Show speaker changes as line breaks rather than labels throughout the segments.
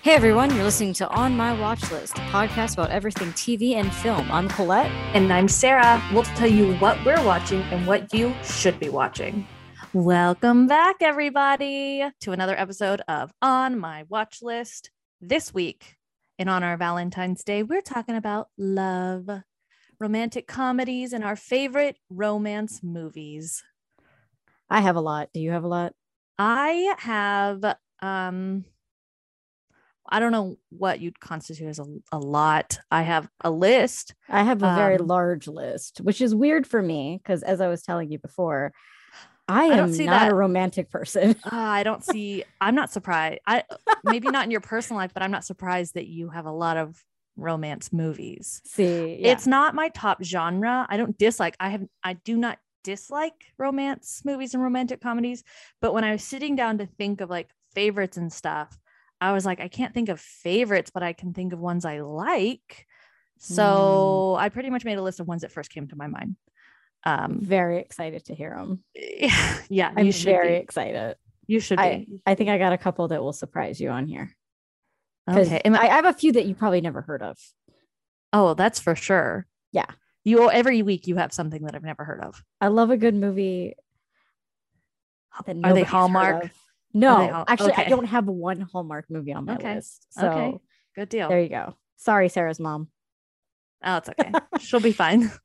Hey everyone, you're listening to On My Watch List, a podcast about everything TV and film. I'm Colette.
And I'm Sarah. We'll tell you what we're watching and what you should be watching. Welcome back, everybody, to another episode of On My Watch List. This week, in honor of Valentine's Day, we're talking about love, romantic comedies, and our favorite romance movies.
I have a lot. Do you have a lot?
I have, um, I don't know what you'd constitute as a, a lot. I have a list.
I have a very
Um,
large list, which is weird for me because, as I was telling you before, I,
I don't
am
see
not
that.
a romantic person.
Uh, I don't see. I'm not surprised. I maybe not in your personal life, but I'm not surprised that you have a lot of romance movies.
see, yeah.
It's not my top genre. I don't dislike. I have. I do not dislike romance movies and romantic comedies. But when I was sitting down to think of like favorites and stuff, I was like, I can't think of favorites, but I can think of ones I like.
Mm.
So I pretty much made a list of ones that first came to my mind.
I'm
Um,
very excited to hear them.
yeah,
I'm
you should.
very
Be.
excited.
You should be.
I think I got a couple that will surprise you on here. 'Cause
Okay.
I, I have a few that you probably never heard of.
Oh, that's for sure.
Yeah.
You every week you have something that I've never heard of.
I love a good movie. that
Are they
nobody's heard
Hallmark?
of. No,
Hall-
actually, I
okay.
don't have one Hallmark movie on my
Okay.
list. So
Okay. Good deal.
there you go. Sorry, Sarah's mom.
oh, it's okay. She'll be fine.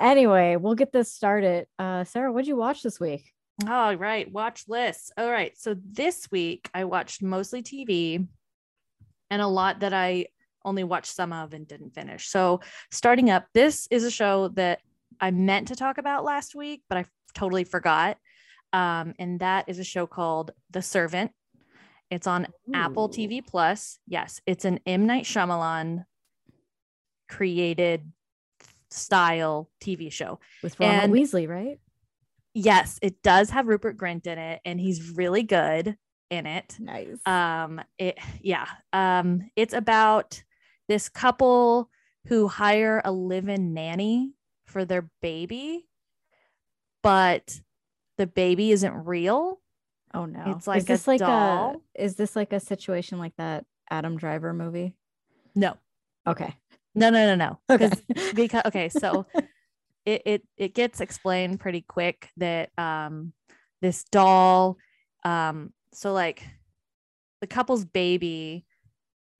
Anyway, we'll get this started. Uh, Sarah, what'd you watch this week?
All right. Watch lists. All right. So this week I watched mostly TV and a lot that I only watched some of and didn't finish. So starting up, this is a show that I meant to talk about last week, but I totally forgot. Um, and that is a show called The Servant. It's on Apple
Ooh.
TV Plus. Yes, it's an M Night Shyamalan created style TV show.
with Ron
and-
Weasley, right?
Yes, it does have Rupert Grint in it, and he's really good in it.
Nice.
Um, it yeah. Um, it's about this couple who hire a live-in nanny for their baby, but the baby isn't real.
oh no,
it's like
is
a
this like
doll.
a is this like a situation like that Adam Driver movie?
No,
Okay,
no, no, no, no. 'Cause
okay.
because okay so it, it it gets explained pretty quick that um this doll um so like the couple's baby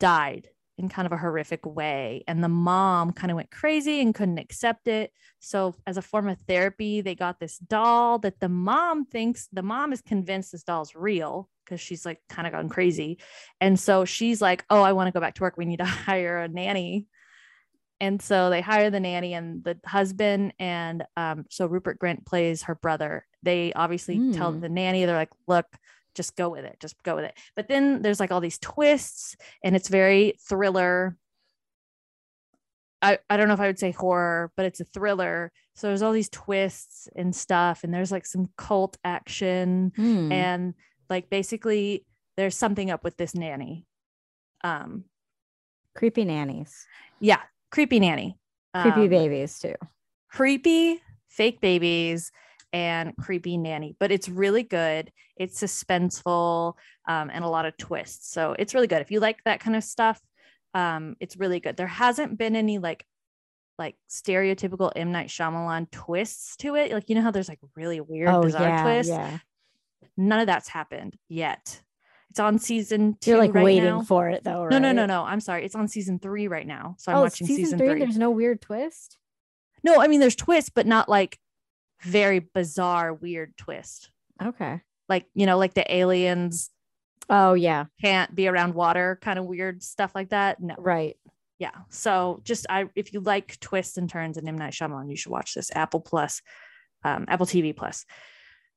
died in kind of a horrific way and the mom kind of went crazy and couldn't accept it so as a form of therapy they got this doll that the mom thinks the mom is convinced this doll's real because she's like kind of gone crazy and so she's like oh i want to go back to work we need to hire a nanny and so they hire the nanny and the husband and um, so rupert grint plays her brother they obviously tell
Hmm.
the nanny they're like look just go with it just go with it but then there's like all these twists and it's very thriller I, I don't know if I would say horror, but it's a thriller. So there's all these twists and stuff, and there's like some cult action
Hmm.
and like basically there's something up with this nanny. Um,
creepy nannies,
yeah, creepy nanny.
creepy
Um,
babies too.
creepy fake babies and creepy nanny but it's really good it's suspenseful um, and a lot of twists so it's really good if you like that kind of stuff um, it's really good there hasn't been any like like stereotypical M Night Shyamalan twists to it like you know how there's like really weird
Oh
bizarre
yeah,
twists
yeah.
none of that's happened yet it's on season 2
You're like
right
waiting
now.
for it though.
no no
right?
no no I'm sorry it's on season 3 right now so I'm
oh,
watching season, 3
There's no weird twist.
No, I mean there's twists, but not like very bizarre, weird twist.
Okay.
Like you know, like the aliens
Oh yeah,
can't be around water, kind of weird stuff like that. No,
right.
yeah. So just I, if you like twists and turns and M Night Shyamalan, you should watch this Apple Plus, um, Apple TV Plus.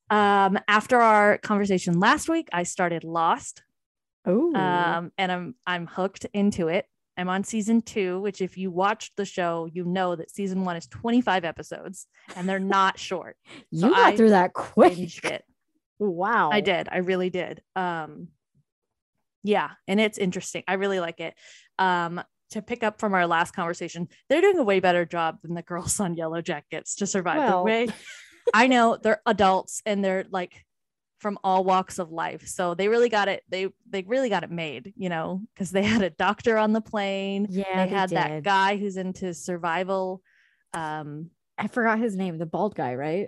Um, after our conversation last week, I started Lost,
Oh,
um, and I'm I'm hooked into it. I'm on season two, which if you watched the show, you know that season one is 25 episodes, and they're not short.
you got
I
through that quick.
binged it.
Wow.
I did. I really did. Um, yeah, and it's interesting. I really like it. Um, to pick up from our last conversation, they're doing a way better job than the girls on Yellow Jackets to survive.
Well.
The way I know they're adults and they're like from all walks of life. So they really got it. They they really got it made, you know, because they had a doctor on the plane.
Yeah,
they had that guy who's into survival. Um,
I forgot his name, the bald guy, right?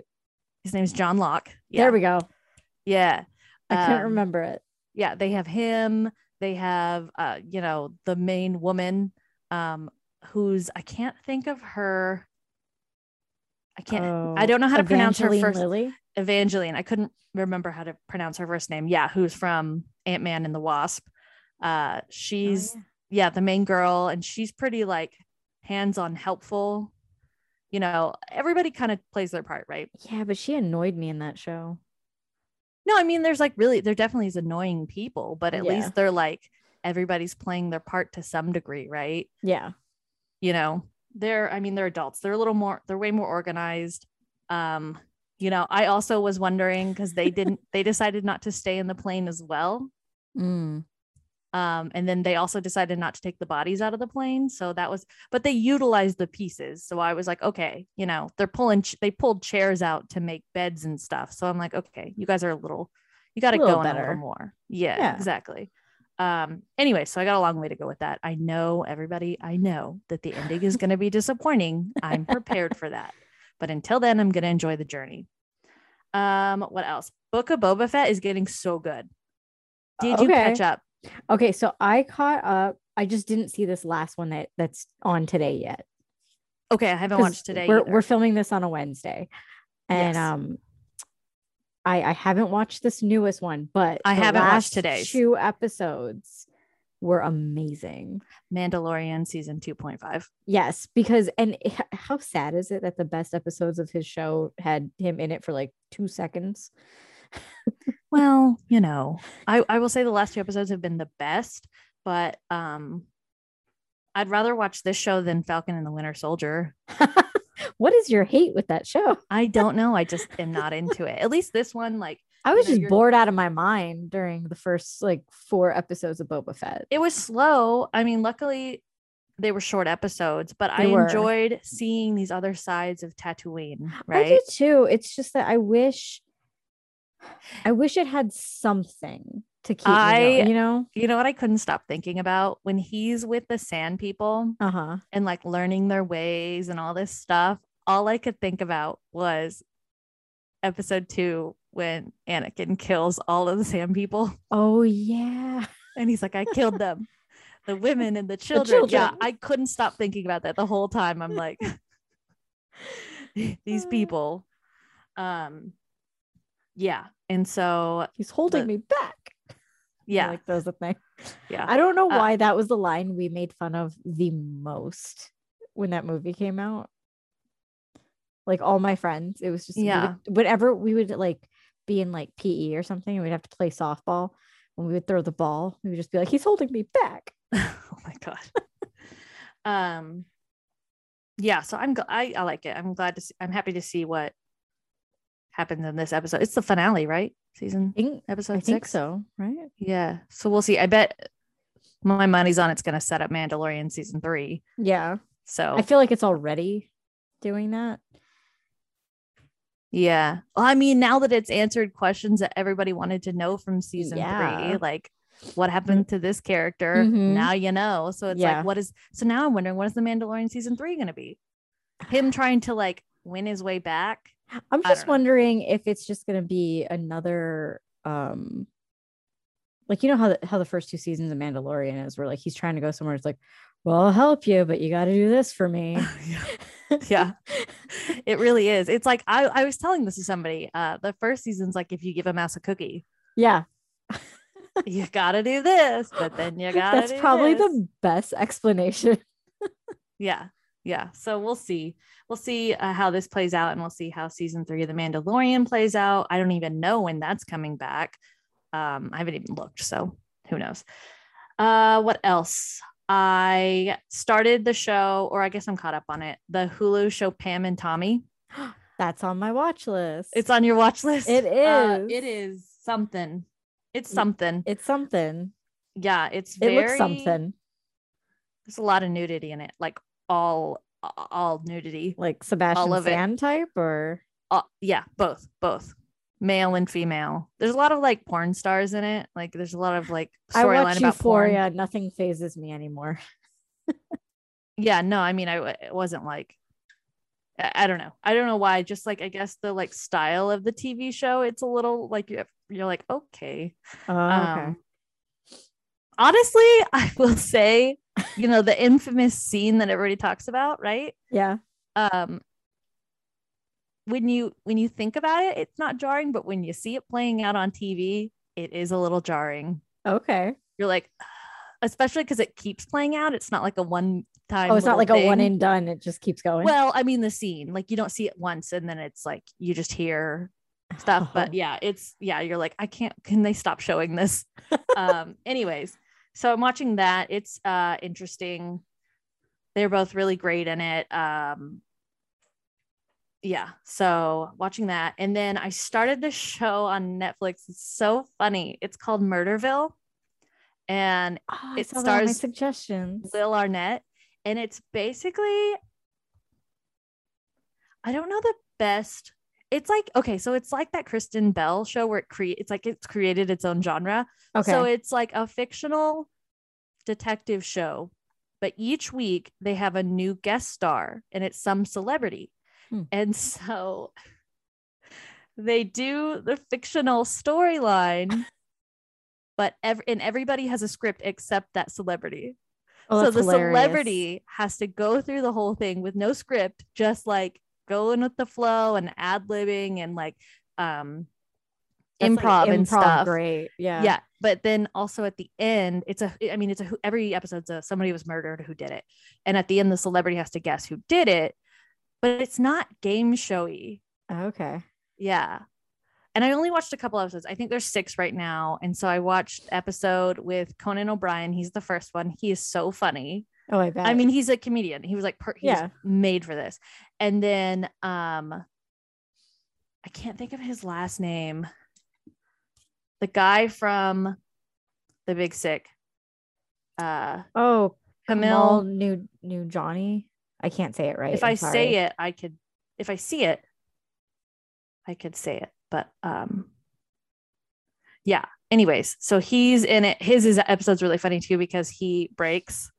his name's John Locke. Yeah,
There we go.
yeah.
I can't
Um,
remember it.
Yeah, they have him. They have uh, you know, the main woman, um, who's I can't think of her. I can't. I
Oh,
don't know how to pronounce her
Evangeline
first.
Lilly? Oh,
Evangeline. I couldn't remember how to pronounce her first name. Yeah, who's from Ant Man and the Wasp. Uh, she's
yeah.
yeah. the main girl, and she's pretty like hands-on, helpful. You know, everybody kind of plays their part, right?
Yeah, but she annoyed me in that show.
No, I mean, there's like really there definitely is annoying people, but at
Yeah.
least they're like everybody's playing their part to some degree, right?
Yeah.
you know they're i mean they're adults they're a little more they're way more organized um you know i also was wondering because they didn't they decided not to stay in the plane as well
Mm.
um and then they also decided not to take the bodies out of the plane so that was but they utilized the pieces so i was like okay you know they're pulling ch- they pulled chairs out to make beds and stuff so i'm like okay you guys are a little you got to
Little
go in a
better.
little more yeah,
Yeah.
exactly um anyway so i got a long way to go with that i know everybody i know that the ending is going to be disappointing i'm prepared for that but until then i'm going to enjoy the journey um what else book of boba fett is getting so good did you
Okay.
catch up
Okay, so I caught up. I just didn't see this last one that that's on today yet.
Okay, I haven't
'cause
watched today.
We're
either.
we're filming this on a Wednesday, and
Yes.
um, I I haven't watched this newest one, but
I
the
haven't watched
last
today's.
Two episodes were amazing.
Mandalorian season 2.5.
Yes, because and h- how sad is it that the best episodes of his show had him in it for like two seconds?
Well, you know, I, I will say the last two episodes have been the best, but um I'd rather watch this show than Falcon and the Winter Soldier.
what is your hate with that show?
I don't know. I just am not into it. At least this one, like
I was
know,
just
you're-
bored out of my mind during the first like four episodes of Boba Fett.
it was slow. I mean, luckily they were short episodes, but
They
I
were.
enjoyed seeing these other sides of Tatooine, right?
I do too. It's just that I wish, I wish it had something to keep. me going,
I-
you know,
You know what I couldn't stop thinking about when he's with the sand people
uh huh.
and like learning their ways and all this stuff, all I could think about was episode two when Anakin kills all of the sand people
Oh yeah,
and he's like, I killed them. The women and the children. Yeah,
children.
I couldn't stop thinking about that the whole time. I'm like, these people. Um yeah. And so
he's holding
The-
me back.
yeah.
like that was the thing.
Yeah.
I don't know
Uh,
why that was the line we made fun of the most when that movie came out. Like all my friends, it was just we would-
Yeah.
whenever we would like be in like PE or something, and we'd have to play softball. When we would throw the ball, we would just be like, "He's holding me back."
oh my god um yeah so i'm gl- I, I like it i'm glad to see i'm happy to see what happens in this episode it's the finale right season
I think,
episode
I
six
think so, right?
yeah so we'll see i bet my money's on it's going to set up mandalorian season three
Yeah,
so
I feel like it's already doing that.
yeah well, i mean now that it's answered questions that everybody wanted to know from season
Yeah.
three like what happened to this character
Mhm.
now you know so it's
Yeah.
like what is so now i'm wondering what is the mandalorian season three going to be him trying to like win his way back
I'm
I
just
don't know.
wondering if it's just going to be another um like you know how the, how the first two seasons of Mandalorian is where like he's trying to go somewhere it's like well I'll help you but you got to do this for me.
yeah it really is it's like I, I was telling this to somebody uh the first season's like if you give a mouse a cookie
Yeah,
you gotta do this but then you gotta
that's
do
probably
this.
the best explanation.
yeah yeah so we'll see we'll see uh, how this plays out and we'll see how season three of the mandalorian plays out i don't even know when that's coming back um i haven't even looked so who knows uh what else i started the show or i guess i'm caught up on it the hulu show pam and tommy
That's on my watch list.
It's on your watch list.
It
Uh,
is.
it is something. It's
Y-
something.
it's something.
Yeah, it's
It
very.
looks something
There's a lot of nudity in it, like all all nudity.
like Sebastian
of it.
Stan type or
All, yeah, Uh, both, both. male and female. There's a lot of like porn stars in it. Like there's a lot of like
I
storyline
watch
about porn.
Euphoria. Nothing phases me anymore.
yeah no i mean i w- it wasn't like I, I don't know i don't know why just like i guess the like style of the tv show it's a little like you're, you're like okay
Oh, okay.
um honestly i will say you know the infamous scene that everybody talks about right
Yeah.
um when you when you think about it it's not jarring but when you see it playing out on tv it is a little jarring
Okay.
you're like especially because it keeps playing out it's not like a one time
Oh, it's not like a one and done. It just keeps going.
Well, I mean the scene, like you don't see it once and then it's like you just hear stuff. But yeah, it's yeah, you're like, I can't can they stop showing this? um, anyways, so I'm watching that. It's uh interesting. They're both really great in it. Um yeah, so watching that. And then I started this show on Netflix. It's so funny. It's called Murderville. And
Oh,
it
it stars my
stars
suggestions.
Lil Arnett, and it's basically I don't know the best. It's like okay, so it's like that Kristen Bell show where it create it's like it's created its own genre.
Okay.
So it's like a fictional detective show, but each week they have a new guest star and it's some celebrity.
Hmm.
And so they do the fictional storyline, but ev- and everybody has a script except that celebrity
Oh,
so
that's
the
hilarious.
celebrity has to go through the whole thing with no script, just like going with the flow and ad libbing and like um
That's like
improv and stuff.
Great. Yeah.
Yeah. but then also at the end, it's a. I mean, it's a. who- Every episode's a somebody was murdered who did it, and at the end, the celebrity has to guess who did it. But it's not game showy.
Okay.
Yeah. And I only watched a couple episodes. I think there's six right now. And so I watched episode with Conan O'Brien. He's the first one. He is so funny.
Oh, I bet.
I mean, he's a comedian. He was like, per- he was
Yeah.
made for this. And then, um, I can't think of his last name. The guy from The Big Sick, uh,
oh, Kamal
Camille.
new new Johnny. I can't say it right.
If
i
I say it, I could. If I see it, I could say it. But um, yeah. Anyways, so he's in it. His is episode's really funny too because he breaks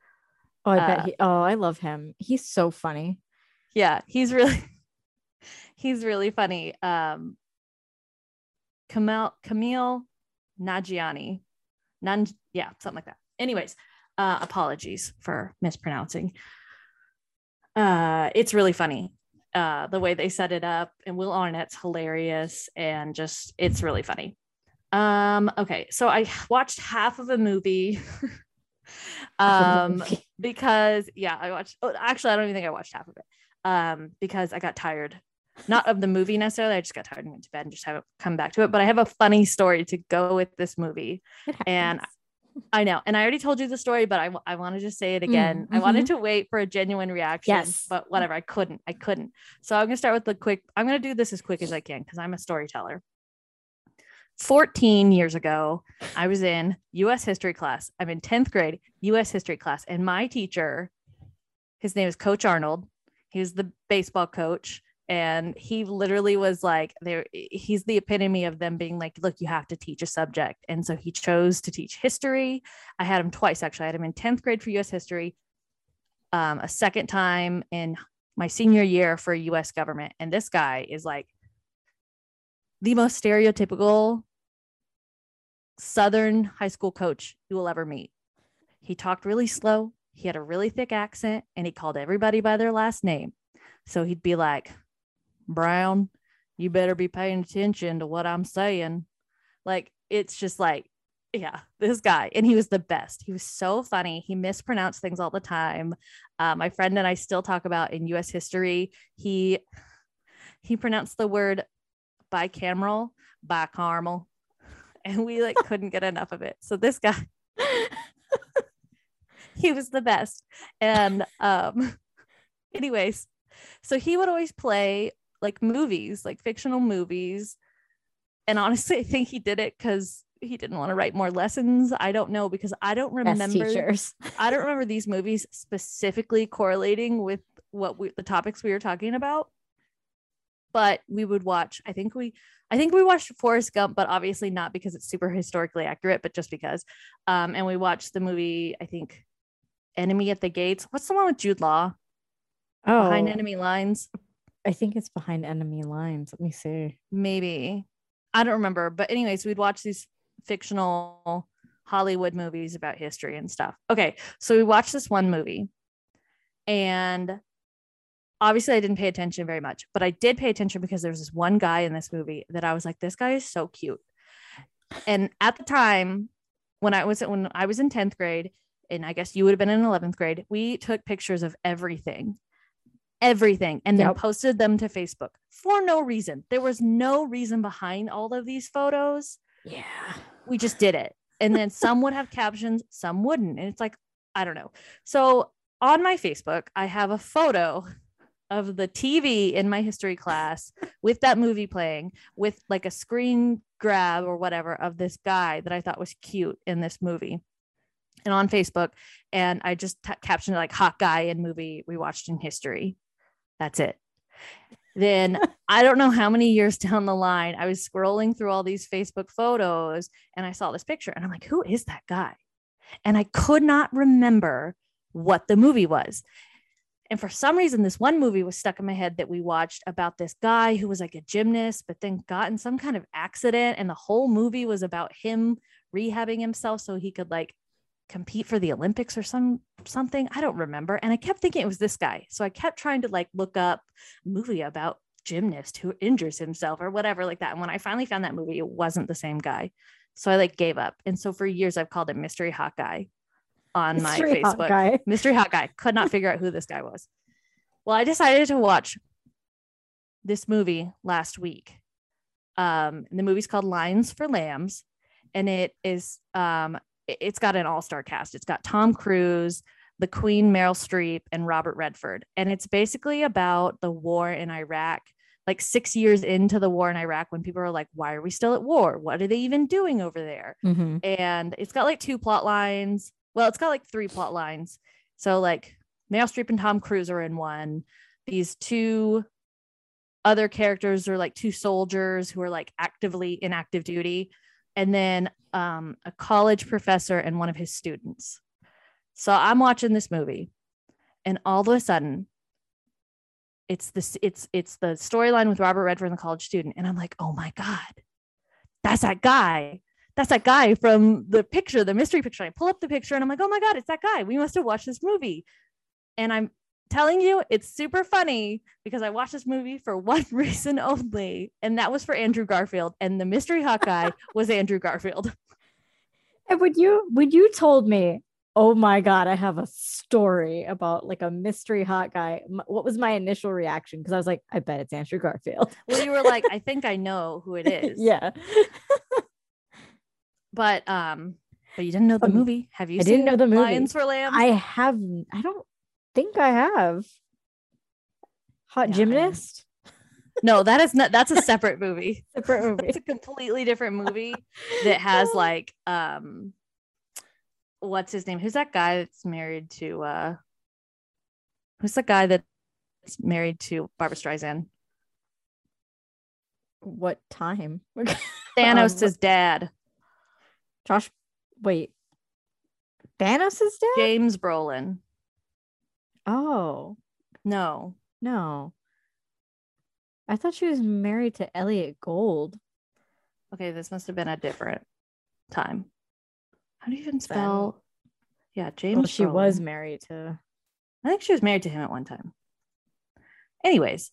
Oh, I bet
uh,
he. Oh, I love him. He's so funny.
yeah he's really he's really funny um camille camille nagiani Nan, yeah something like that anyways uh apologies for mispronouncing uh it's really funny uh the way they set it up and will arnett's hilarious and just it's really funny um okay so i watched half of a movie um because yeah i watched oh, actually i don't even think i watched half of it um because i got tired not of the movie necessarily i just got tired and went to bed and just haven't come back to it but i have a funny story to go with this movie
It
and
happens.
i know and i already told you the story but i, w- I want to just say it again i wanted to wait for a genuine reaction
Yes.
but whatever i couldn't i couldn't so i'm going to start with the quick i'm going to do this as quick as i can because i'm a storyteller 14 years ago I was in US history class. I'm in 10th grade US history class. And my teacher, his name is Coach Arnold. He was the baseball coach. And he literally was like, there, he's the epitome of them being like, look, you have to teach a subject. And so he chose to teach history. I had him twice, actually. I had him in 10th grade for US history, um, a second time in my senior year for US government. And this guy is like the most stereotypical Southern high school coach you will ever meet. He talked really slow. He had a really thick accent and he called everybody by their last name. So he'd be like, Brown, you better be paying attention to what I'm saying. Like, it's just like, yeah, this guy. And he was the best. He was so funny. He mispronounced things all the time. Uh, my friend and I still talk about in US history, he he pronounced the word bicameral, bicameral, and we like couldn't get enough of it. So this guy, he was the best. And um, anyways, so he would always play like movies, like fictional movies. And honestly, I think he did it because he didn't want to write more lessons. I don't know because I don't
Best
remember.
teachers.
I don't remember these movies specifically correlating with what we, the topics we were talking about. but we would watch i think we i think we watched forrest gump but obviously not because it's super historically accurate but just because um and we watched the movie i think enemy at the gates what's the one with jude law
Oh,
behind enemy lines
I think it's behind enemy lines. Let me see.
maybe i don't remember but anyways we'd watch these fictional hollywood movies about history and stuff okay so we watched this one movie and obviously i didn't pay attention very much but i did pay attention because there's this one guy in this movie that i was like this guy is so cute and at the time when i was when i was in 10th grade and i guess you would have been in 11th grade we took pictures of everything everything and then
Yep.
posted them to facebook for no reason there was no reason behind all of these photos
Yeah.
we just did it. And then some would have captions, some wouldn't. And it's like, I don't know. So on my Facebook, I have a photo of the TV in my history class with that movie playing, with like a screen grab or whatever of this guy that I thought was cute in this movie and on Facebook. And I just t- captioned it like hot guy in movie we watched in history. That's it. Then I don't know how many years down the line, I was scrolling through all these Facebook photos and I saw this picture and I'm like, who is that guy? And I could not remember what the movie was. And for some reason, this one movie was stuck in my head that we watched about this guy who was like a gymnast, but then got in some kind of accident. And the whole movie was about him rehabbing himself so he could like compete for the Olympics or some something. I don't remember. And I kept thinking it was this guy. So I kept trying to like look up movie about gymnast who injures himself or whatever like that. And when I finally found that movie, it wasn't the same guy. So I like gave up. And so for years I've called him Mystery Hot Guy on my
Mystery
Facebook.
hot guy.
Mystery Hot Guy. Could not figure out who this guy was. Well, I decided to watch this movie last week. Um, and the movie's called Lines for Lambs, and it is um, it- it's got an all-star cast. It's got Tom Cruise, the Queen, Meryl Streep, and Robert Redford, and it's basically about the war in Iraq. Like six years into the war in Iraq, when people are like, "Why are we still at war? What are they even doing over there?"
Mm-hmm.
and it's got like two plot lines. Well, it's got like three plot lines. So like Meryl Streep and Tom Cruise are in one. These two other characters are like two soldiers who are like actively in active duty, and then um, a college professor and one of his students. So I'm watching this movie, and all of a sudden, it's this it's it's the storyline with Robert Redford and the college student, and I'm like, oh my god, that's that guy that's that guy from the picture, the mystery picture. I pull up the picture and I'm like, oh my God, it's that guy. We must have watched this movie. And I'm telling you, it's super funny because I watched this movie for one reason only, and that was for Andrew Garfield. And the mystery hot guy was Andrew Garfield.
And would you would you told me, oh my god, I have a story about like a mystery hot guy. m- What was my initial reaction? Because I was like, I bet it's Andrew Garfield.
Well, you were like, I think I know who it is. Um,
yeah,
But um, but you didn't know the
Um,
movie. Have you
I
seen
didn't know the movie.
Lions for Lambs?
I have. n- I don't think I have. Hot
Yeah, I don't.
gymnast,
no, that is not that's a separate movie.
separate movie.
It's a completely different movie. that has
Oh,
like um what's his name who's that guy that's married to uh who's the guy that's married to barbara streisand
what time?
thanos'
Um,
dad
Josh, wait. Thanos is dead.
james brolin
Oh
no
no, I thought she was married to Elliot Gold.
okay this must have been a different time how do you even spell yeah james
Well, Oh, she was
Brolin.
married to.
i think she was married to him at one time anyways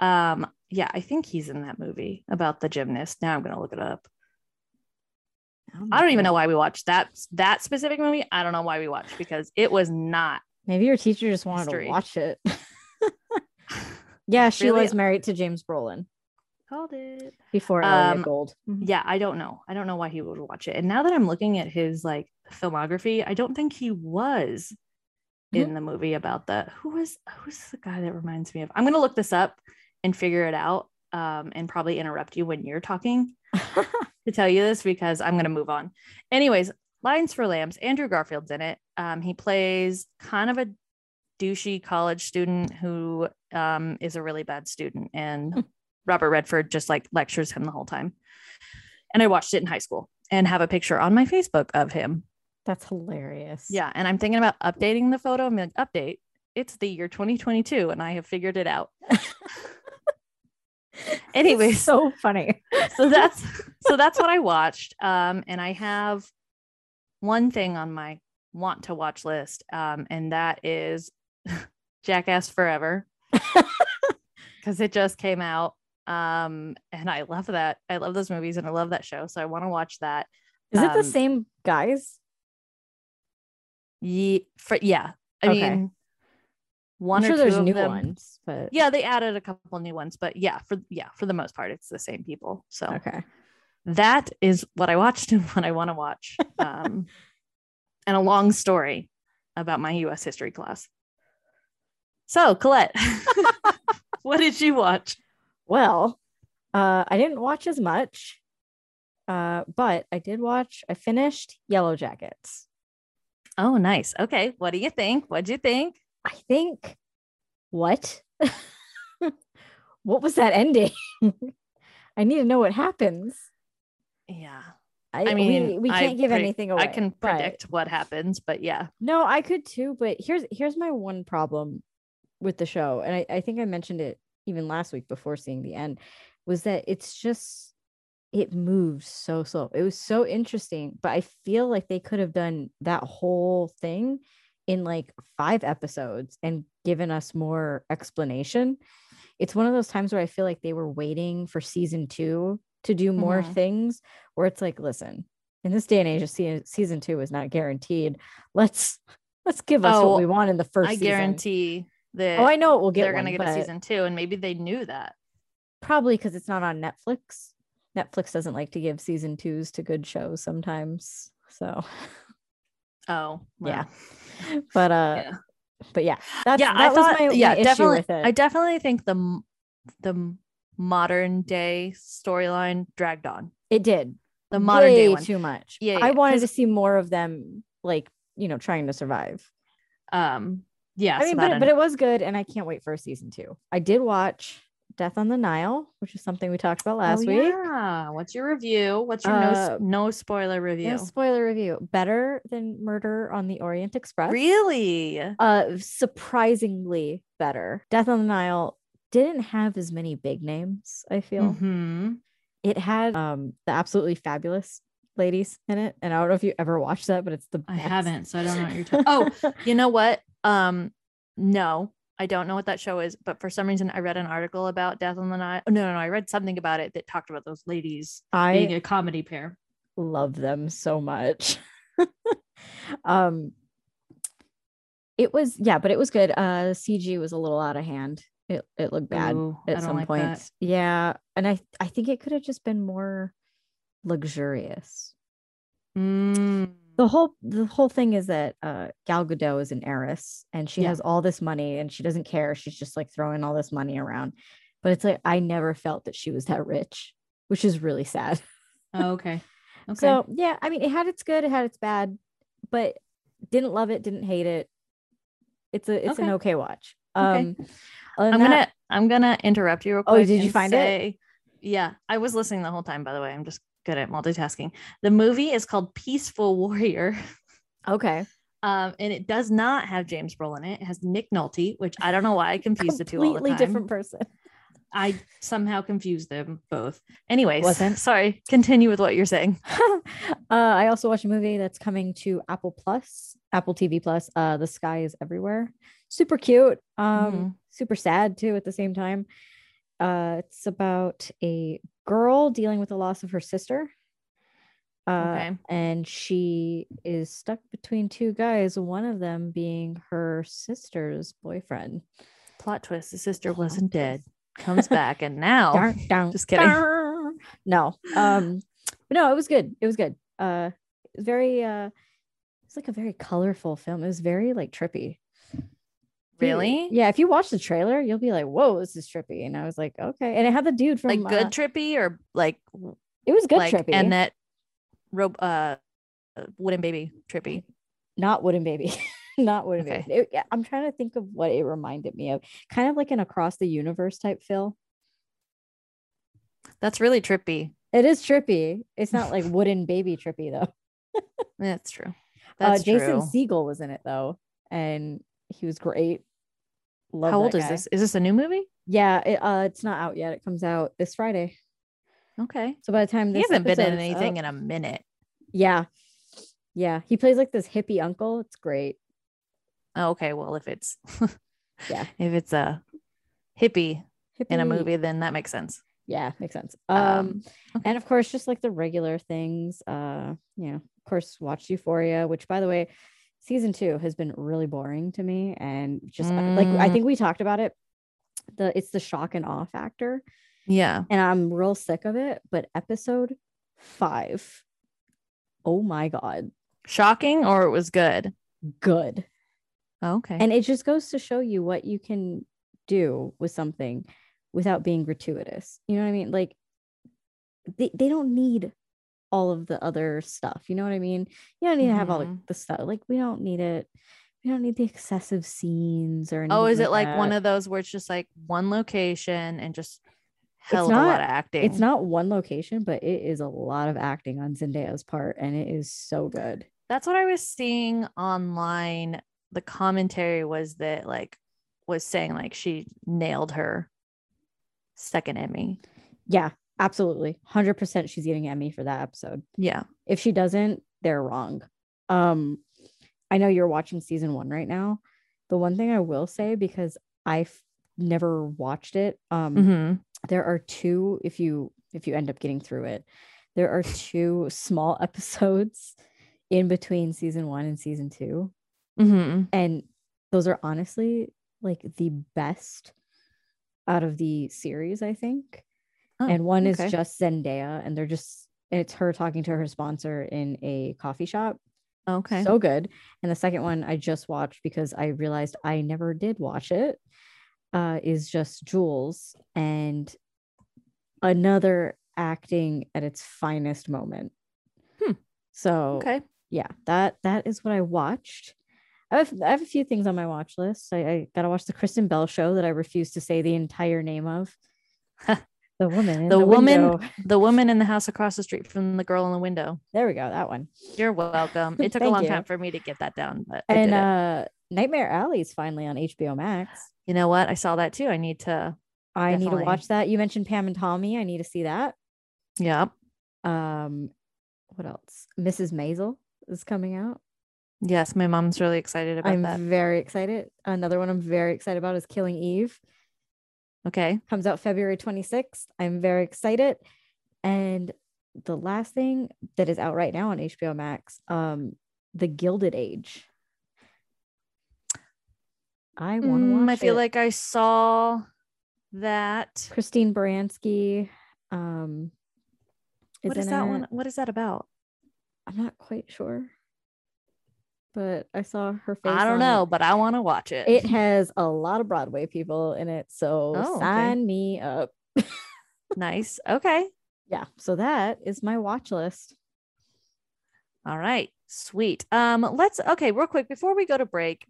um yeah i think he's in that movie about the gymnast now i'm gonna look it up I don't even know why we watched that that specific movie. I don't know why we watched because it was not.
Maybe your teacher just wanted
History.
to watch it. yeah, she
Really?
was married to James Brolin
Called it.
before
Um,
Elliot Gold. Mhm.
Yeah, I don't know. I don't know why he would watch it. And now that I'm looking at his like filmography, I don't think he was in the movie about the who was who's the guy that reminds me of. I'm gonna look this up and figure it out. Um, and probably interrupt you when you're talking to tell you this because I'm gonna move on. Anyways, Lines for Lambs. Andrew Garfield's in it. Um, he plays kind of a douchey college student who um, is a really bad student and Robert Redford just like lectures him the whole time. And I watched it in high school and have a picture on my Facebook of him.
That's hilarious.
Yeah. And I'm thinking about updating the photo. I'm like, update. It's the year 2022 and I have figured it out.
Anyway,
Anyways,
so funny.
so that's so that's what I watched. Um, and I have one thing on my want to watch list, um, and that is Jackass Forever, because it just came out. Um, and I love that. I love those movies, and I love that show. So I want to watch that.
Is it
Um,
the same guys?
Ye- for, yeah, I
Okay.
mean,
I'm
one
sure
or
there's
two of
new
them-
ones, but
Yeah, they added a couple new ones, but yeah, for yeah, for the most part, it's the same people. So
Okay.
that is what I watched and what I want to watch. Um, and a long story about my US history class. So, Colette, what did you watch?
Well, uh, I didn't watch as much, uh, but I did watch. I finished Yellow Jackets.
Oh, nice. Okay. What do you think? What'd you think?
I think what? what was that ending? I need to know what happens.
Yeah.
I, we,
I mean,
we
I
can't give
predict-
anything away.
I can
but-
predict what happens, but yeah.
No, I could too, but here's here's my one problem with the show, and I, I think I mentioned it even last week before seeing the end, was that it's just it moves so slow. It was so interesting, but I feel like they could have done that whole thing in like five episodes and given us more explanation. It's one of those times where I feel like they were waiting for season two to do more
Mhm.
things where it's like, listen, in this day and age, se- season two is not guaranteed. Let's let's give us
Oh,
what we want in the first
I
season.
guarantee that
Oh, I know it will get
they're
one,
going to get a
but
season two, and maybe they knew that.
probably because it's not on Netflix. Netflix doesn't like to give season twos to good shows sometimes. So,
Oh,
Yeah.
yeah.
but uh,
Yeah.
but yeah, that's
yeah,
that
I
was
thought,
my, my
yeah,
issue
definitely.
with it.
I definitely think the m- the m- modern day storyline dragged on
it did
the modern day
way
one.
too much.
Yeah,
I
yeah,
wanted
'cause-
to see more of them, like you know, trying to survive.
Um, yeah,
I mean, but, it- but it was good, and I can't wait for season two. I did watch Death on the Nile, which is something we talked about last week.
Oh, Yeah. What's your review? What's your no
Uh,
s- no spoiler review?
No spoiler review. Better than Murder on the Orient Express.
Really?
Uh, surprisingly better. Death on the Nile didn't have as many big names. I feel
hmm
it had um the absolutely fabulous ladies in it, and I don't know if you ever watched that, but it's the
I
best.
haven't, so I don't know what you're talking. Oh, you know what? Um, no, I don't know what that show is. But for some reason, I read an article about Death on the Nile. No, no, no. I read something about it that talked about those ladies
I
being a comedy pair.
love them so much. um it was yeah, but it was good. Uh CG was a little out of hand. It it looked bad
Ooh, I
at
don't
some
like that.
points. Yeah, and I I think it could have just been more luxurious.
Mm.
The whole the whole thing is that uh Gal Gadot is an heiress and she
Yeah.
has all this money and she doesn't care. She's just like throwing all this money around. But it's like I never felt that she was that rich, which is really sad.
Oh, okay. Okay.
So yeah, I mean, it had its good, it had its bad, but didn't love it, didn't hate it. It's a it's an okay watch.
Okay.
Um, other
I'm
than that-
gonna I'm gonna interrupt you real
Oh,
quick.
did you
and
find it?
say- Yeah, I was listening the whole time. By the way, I'm just good at multitasking. The movie is called Peaceful Warrior,
okay.
um, and it does not have James Brolin in it. It has Nick Nolte, which I don't know why I confuse the two all the
Completely
time.
different person.
I somehow confuse them both. Anyways,
Wasn't.
sorry. Continue with what you're saying.
uh, I also watched a movie that's coming to Apple Plus, Apple TV Plus. Uh, The Sky is Everywhere. Super cute. Um,
Mhm.
super sad too at the same time. Uh, it's about a girl dealing with the loss of her sister. Uh,
okay.
and she is stuck between two guys, one of them being her sister's boyfriend.
Plot twist: the sister wasn't dead. Comes back, and now
Darn, darn,
just kidding.
darn. No. Um but no, it was good. It was good. Uh it's very uh it's like a very colorful film. It was very like trippy. If you-
really,
Yeah, if you watch the trailer, you'll be like, "Whoa, this is trippy." And I was like, "Okay." And it had the dude from
like good
uh,
trippy or like
it was good
like
trippy.
and that rope uh uh, wooden baby trippy
not wooden baby not wooden
Okay.
baby It- yeah, i'm trying to think of what it reminded me of kind of like an across the universe type feel
That's really trippy.
It is trippy. It's not like wooden baby trippy though.
That's true.
Uh,
That's
Jason
true.
Siegel was in it though, and he was great. Love
How
that
old is
guy.
this? Is this a new movie?
Yeah, it, uh, it's not out yet. It comes out this Friday.
Okay.
So by the time
He
this
hasn't been in
episode is
anything
up-
in a minute.
yeah, yeah, he plays like this hippie uncle. It's great.
Oh, okay. Well, if it's
Yeah.
if it's a hippie
Hippie
in a movie, then that makes sense.
Yeah, makes sense. um
Um,
and of course just like the regular things uh you know of course watch euphoria which by the way season two has been really boring to me and just uh, like i
Mm.
think we talked about it the it's the shock and awe factor
yeah.
and i'm real sick of it but episode five oh my god
Shocking or it was good. Oh,
good
Okay.
and it just goes to show you what you can do with something without being gratuitous you know what i mean like they, they don't need all of the other stuff you know what i mean you don't need to have all the,
Mhm.
the stuff like we don't need it we don't need the excessive scenes or anything
oh, is it like one
that.
of those where it's just like one location and just hell of a
not-
lot of acting?
it's not one location but it is a lot of acting on zendaya's part and it is so good
That's what I was seeing online. The commentary was that like was saying like she nailed her second Emmy.
yeah absolutely 100% she's getting an emmy for that episode
Yeah.
if she doesn't they're wrong um i know you're watching season one right now the one thing i will say because i've never watched it um
hmm
there are two if you if you end up getting through it there are two small episodes in between season one and season two
hmm
and those are honestly like the best out of the series i think
Oh,
and one
okay.
is just zendaya and they're just and it's her talking to her sponsor in a coffee shop
Okay.
so good. And the second one I just watched because I realized I never did watch it. Uh, is just Jules and another acting at its finest moment.
Hmm.
So
okay.
yeah, that that is what I watched. I have, I have a few things on my watch list. I, I gotta watch the Kristen Bell show that I refuse to say the entire name of. the woman, in
The
the
woman-
window.
The woman in the house across the street from the girl in the window.
There we go. That one.
You're welcome. It took a
Thank
long
you.
time for me to get that down, but I
And
did it.
uh, Nightmare Alley is finally on HBO Max.
you know what? I saw that too. I need to.
I need
Definitely.
to watch that. You mentioned Pam and Tommy. I need to see that.
Yeah.
Um, what else? Mrs. Maisel is coming out.
Yes, my mom's really excited about
I'm
that.
very excited. Another one I'm very excited about is Killing Eve.
Okay.
Comes out February 26th. I'm very excited. And the last thing that is out right now on HBO Max, um, The Gilded Age. I want to
Mm,
watch.
I feel
it.
like I saw that.
Christine Baranski. Um,
What is
in
that
it.
one? What is that about?
I'm not quite sure, but I saw her face.
I don't
on it.
know, but I want to watch it.
It has a lot of Broadway people in it, so
Oh, okay.
sign me up.
nice. Okay.
Yeah, so that is my watch list.
All right. Sweet. Um, let's okay, real quick before we go to break,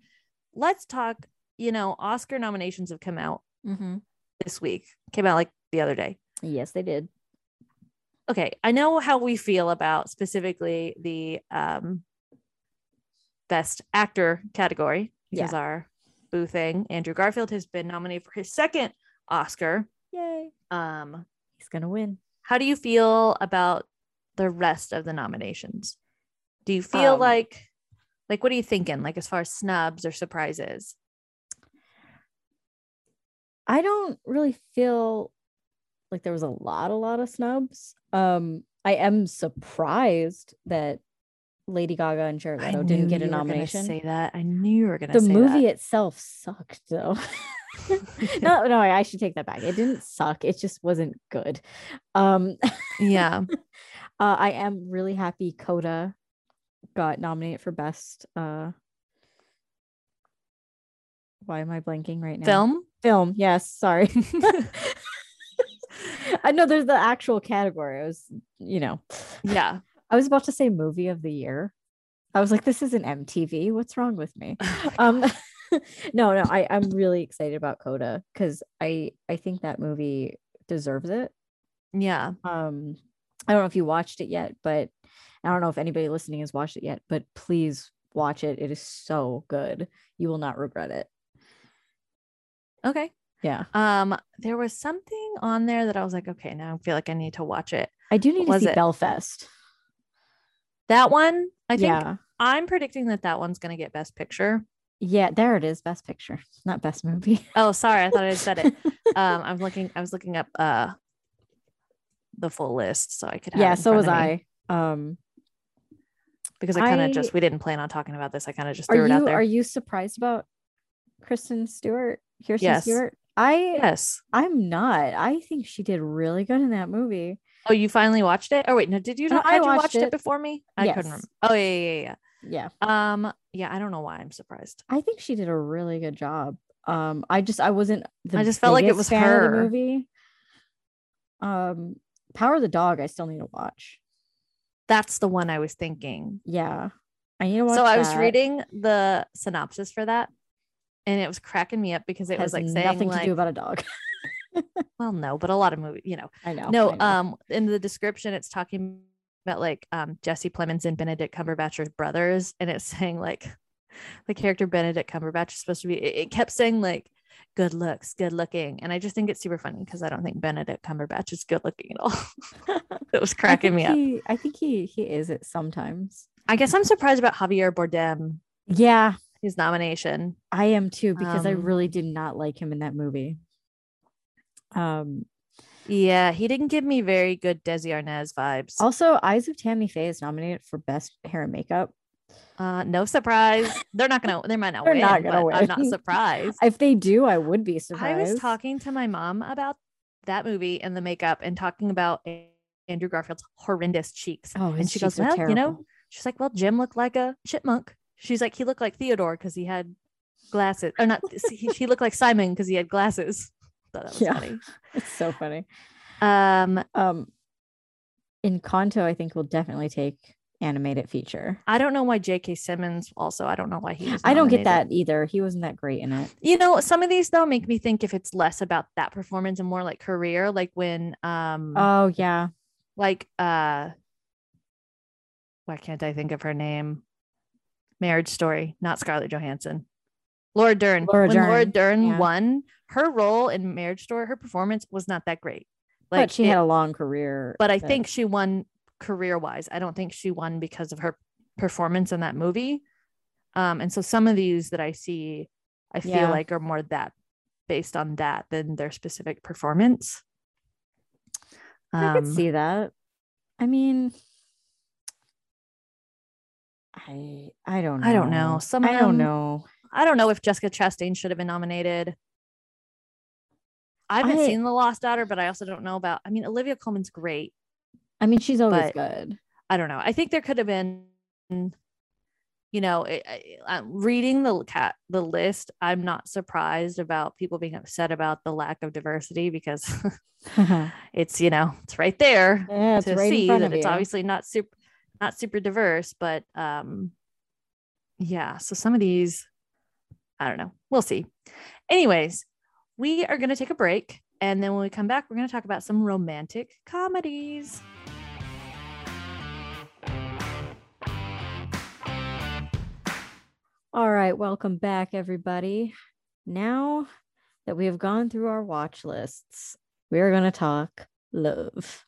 let's talk. You know, Oscar nominations have come out
Mm-hmm.
this week. Came out like the other day.
Yes, they did.
okay i know how we feel about specifically the um best actor category because our boo thing andrew garfield has been nominated for his second oscar
Yay!
um
He's gonna win.
how do you feel about the rest of the nominations do you feel
Um,
like like what are you thinking like as far as snubs or surprises
I don't really feel like there was a lot, a lot of snubs. Um, I am surprised that Lady Gaga and Jared Leto didn't get a nomination.
say that i knew you were gonna
the
say
movie
that.
itself sucked though no no i should take that back it didn't suck it just wasn't good um
yeah
uh, i am really happy coda got nominated for best uh why am i blanking right now
film
film yes sorry i know there's the actual category i was you know
yeah
i was about to say movie of the year i was like this isn't mtv what's wrong with me um no no i i'm really excited about coda because i i think that movie deserves it
Yeah.
Um, I don't know if you watched it yet, but I don't know if anybody listening has watched it yet, but please watch it. It is so good. You will not regret it.
Okay.
Yeah.
Um, there was something on there that I was like, okay, now I feel like I need to watch it.
I do need
What
to
was
see
it?
Belfast.
That one, I think
yeah.
I'm predicting that that one's going to get best picture.
Yeah, there it is. Best picture, not best movie.
Oh, sorry. I thought I said it. Um, I was looking, I was looking up, uh, the full list so I could have it
yeah,
in
so
front
was
of me,
I. Um
because I kind
I-
of just we didn't plan on talking about this I kind of just
are
threw it out
you
there
are you surprised about Kristen Stewart? Kirsten
Yes.
Stewart? I
yes
I'm not. I think she did really good in that movie.
oh you finally watched it oh wait no did you
No,
not
I
had you
watched
watched it.
it.
before me I couldn't
Yes.
remember oh yeah yeah yeah
Yeah.
yeah um yeah I don't know why I'm surprised
I think she did a really good job. Um I just I wasn't the
I just felt like it
biggest
was
fan of the
her.
movie. Um Power of the Dog I still need to watch.
that's the one I was thinking
Yeah. I need to watch
so I was
that.
reading the synopsis for that, and it was cracking me up because it
Has
was like saying
nothing
like,
to do about a dog.
well, no, but a lot of movie, you know,
I know.
no.
I know.
Um, in the description, it's talking about like um Jesse Plemons and Benedict Cumberbatch are brothers, and it's saying like the character Benedict Cumberbatch is supposed to be. It, it kept saying like good looks, good looking, and I just think it's super funny because I don't think Benedict Cumberbatch is good looking at all. it was
I
cracking me
think
up.
he- I think he he is it sometimes.
I guess I'm surprised about Javier Bardem,
Yeah,
his nomination.
I am too because I
Um,
really did not like him in that movie. Um
Yeah, he didn't give me very good Desi Arnaz vibes.
also Eyes of Tammy Faye is nominated for best hair and makeup.
Uh, no surprise. They're not gonna. They might not
They're
win.
not gonna
but I'm not
win.
surprised.
If they do, I would be
I
surprised.
was talking to my mom about that movie and the makeup, and talking about A- Andrew Garfield's horrendous cheeks.
Oh,
and
his
she goes,
cheeks are
"Well, you know,"
terrible."
she's like, "Well, Jim looked like a chipmunk." She's like, "He looked like Theodore because he had glasses, or not? he, he looked like Simon because he had glasses." Thought that was
Yeah.
funny.
It's so funny.
Um,
Um Encanto, I think, will definitely take animated feature.
I don't know why J.K. Simmons. Also, I don't know why he. Was
I don't get
nominated. Mm-hmm.
that either. He wasn't that great in it.
you know some of these though make me think if it's less about that performance and more like career like when um
Oh yeah.
like uh why can't i think of her name marriage story not scarlett johansson laura dern
Laura
when laura
Dern,
dern
yeah.
won her role in marriage story her performance was not that great like
but she
it-
had a long career.
but i
that-
think she won career wise i don't think she won because of her performance in that movie um and so some of these that i see i feel
Yeah.
like are more that based on that than their specific performance Um,
I could see that. Um, I mean, I I don't know.
I don't know. Some of
I don't
them-
know.
i don't know if jessica chastain should have been nominated i haven't
I-
seen the lost daughter but i also don't know about i mean olivia Colman's great
I mean, she's always
but-
good.
I don't know. I think there could have been, you know, I, I, I'm reading the cat the list, I'm not surprised about people being upset about the lack of diversity because
yeah,
it's you know it's right there
it's
to
right in
see
front
that
of
it's
you.
obviously not super not super diverse, but um, yeah. So some of these, I don't know. We'll see. Anyways, we are going to take a break, and then when we come back, we're going to talk about some romantic comedies.
All right, welcome back, everybody. Now that we have gone through our watch lists, we are going to talk love.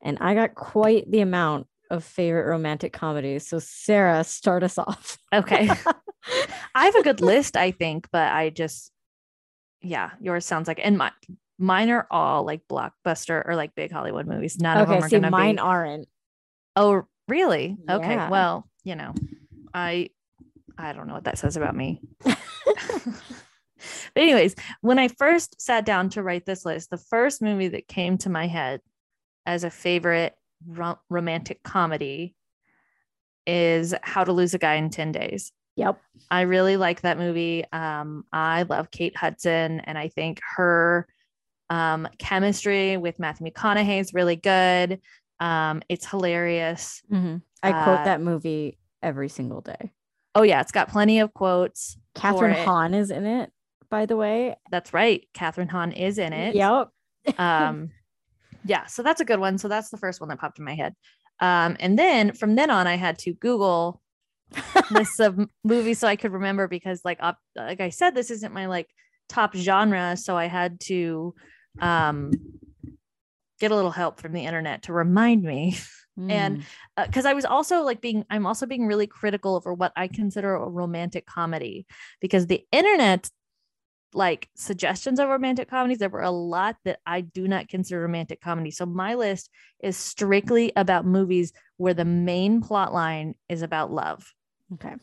And I got quite the amount of favorite romantic comedies. So, Sarah, start us off.
Okay. I have a good list, I think, but I just, yeah, yours sounds like, and mine, mine are all like blockbuster or like big Hollywood movies. None of
okay,
them are
see,
going to
mine
be.
aren't.
oh, really? Okay.
Yeah.
Well, you know, I, I don't know what that says about me. but anyways, when I first sat down to write this list, the first movie that came to my head as a favorite rom- romantic comedy is How to Lose a Guy in 10 Days.
Yep.
I really like that movie. Um, I love Kate Hudson, and I think her um, chemistry with Matthew McConaughey is really good. Um, it's hilarious.
Mm-hmm. I quote
Uh,
that movie every single day.
Oh yeah, it's got plenty of quotes.
Catherine
it.
Hahn is in it, by the way.
That's right. Catherine Hahn is in it.
Yep.
Um, yeah so that's a good one so that's the first one that popped in my head um, and then from then on i had to google lists of m- movies so i could remember because like op- like i said this isn't my like top genre so i had to um, get a little help from the internet to remind me
Mm,
And- because Uh, I was also like being I'm also being really critical over what I consider a romantic comedy because the internet like suggestions of romantic comedies there were a lot that I do not consider romantic comedy. So my list is strictly about movies where the main plot line is about love,
Mm, okay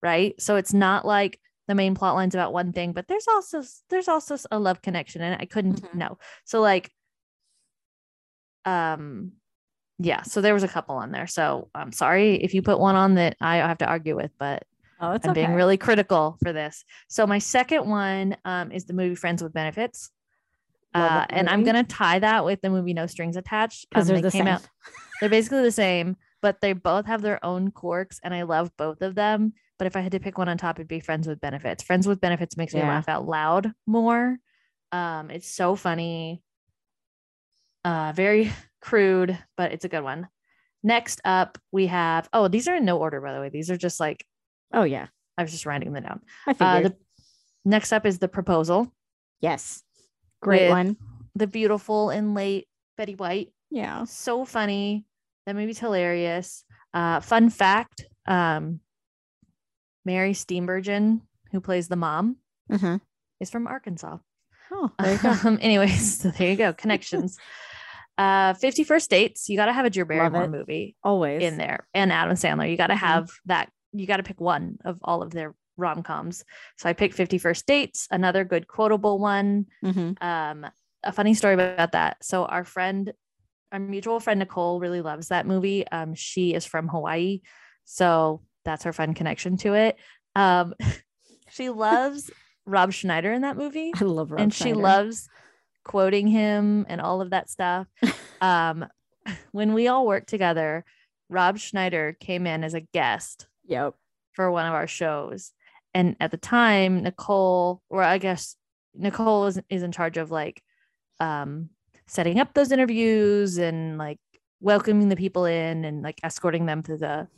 right? So it's not like the main plot line's about one thing, but there's also there's also a love connection and I couldn't
Mhm.
know. So like um yeah so there was a couple on there so i'm sorry if you put one on that i have to argue with but
oh it's
i'm
okay.
being really critical for this so my second one um, is the movie friends with benefits
Love
uh,
that
and i'm
movie.
gonna tie that with the movie no strings attached
because
Um,
they're the same
out they're basically the same but they both have their own quirks and i love both of them but if i had to pick one on top it'd be friends with benefits friends with benefits makes me
Yeah.
laugh out loud more um, it's so funny uh, very crude but it's a good one next up we have oh these are in no order by the way these are just like
oh yeah
i was just writing them down
i
uh,
figured
the, next up is the proposal
yes great
with-
one
the beautiful and late betty white
yeah
so funny. That movie's hilarious. Uh, fun fact: um, Mary Steenburgen, who plays the mom,
uh-huh.
is from Arkansas.
oh there you go.
Um, anyways, so there you go. Connections. uh, Fifty First Dates. You got to have a Drew Barrymore
it.
movie
always
in there, and Adam Sandler. You got to
Mhm.
have that. You got to pick one of all of their rom coms. So I picked Fifty First Dates, another good quotable one
mm-hmm.
um a funny story about that so our friend our mutual friend nicole really loves that movie um she is from hawaii so that's her fun connection to it um she loves rob schneider in that movie
i love Rob
and she
Schneider.
loves quoting him and all of that stuff um when we all worked together rob schneider came in as a guest
yep
for one of our shows. And at the time, Nicole, or I guess Nicole is, is in charge of like um, setting up those interviews and like welcoming the people in and like escorting them to the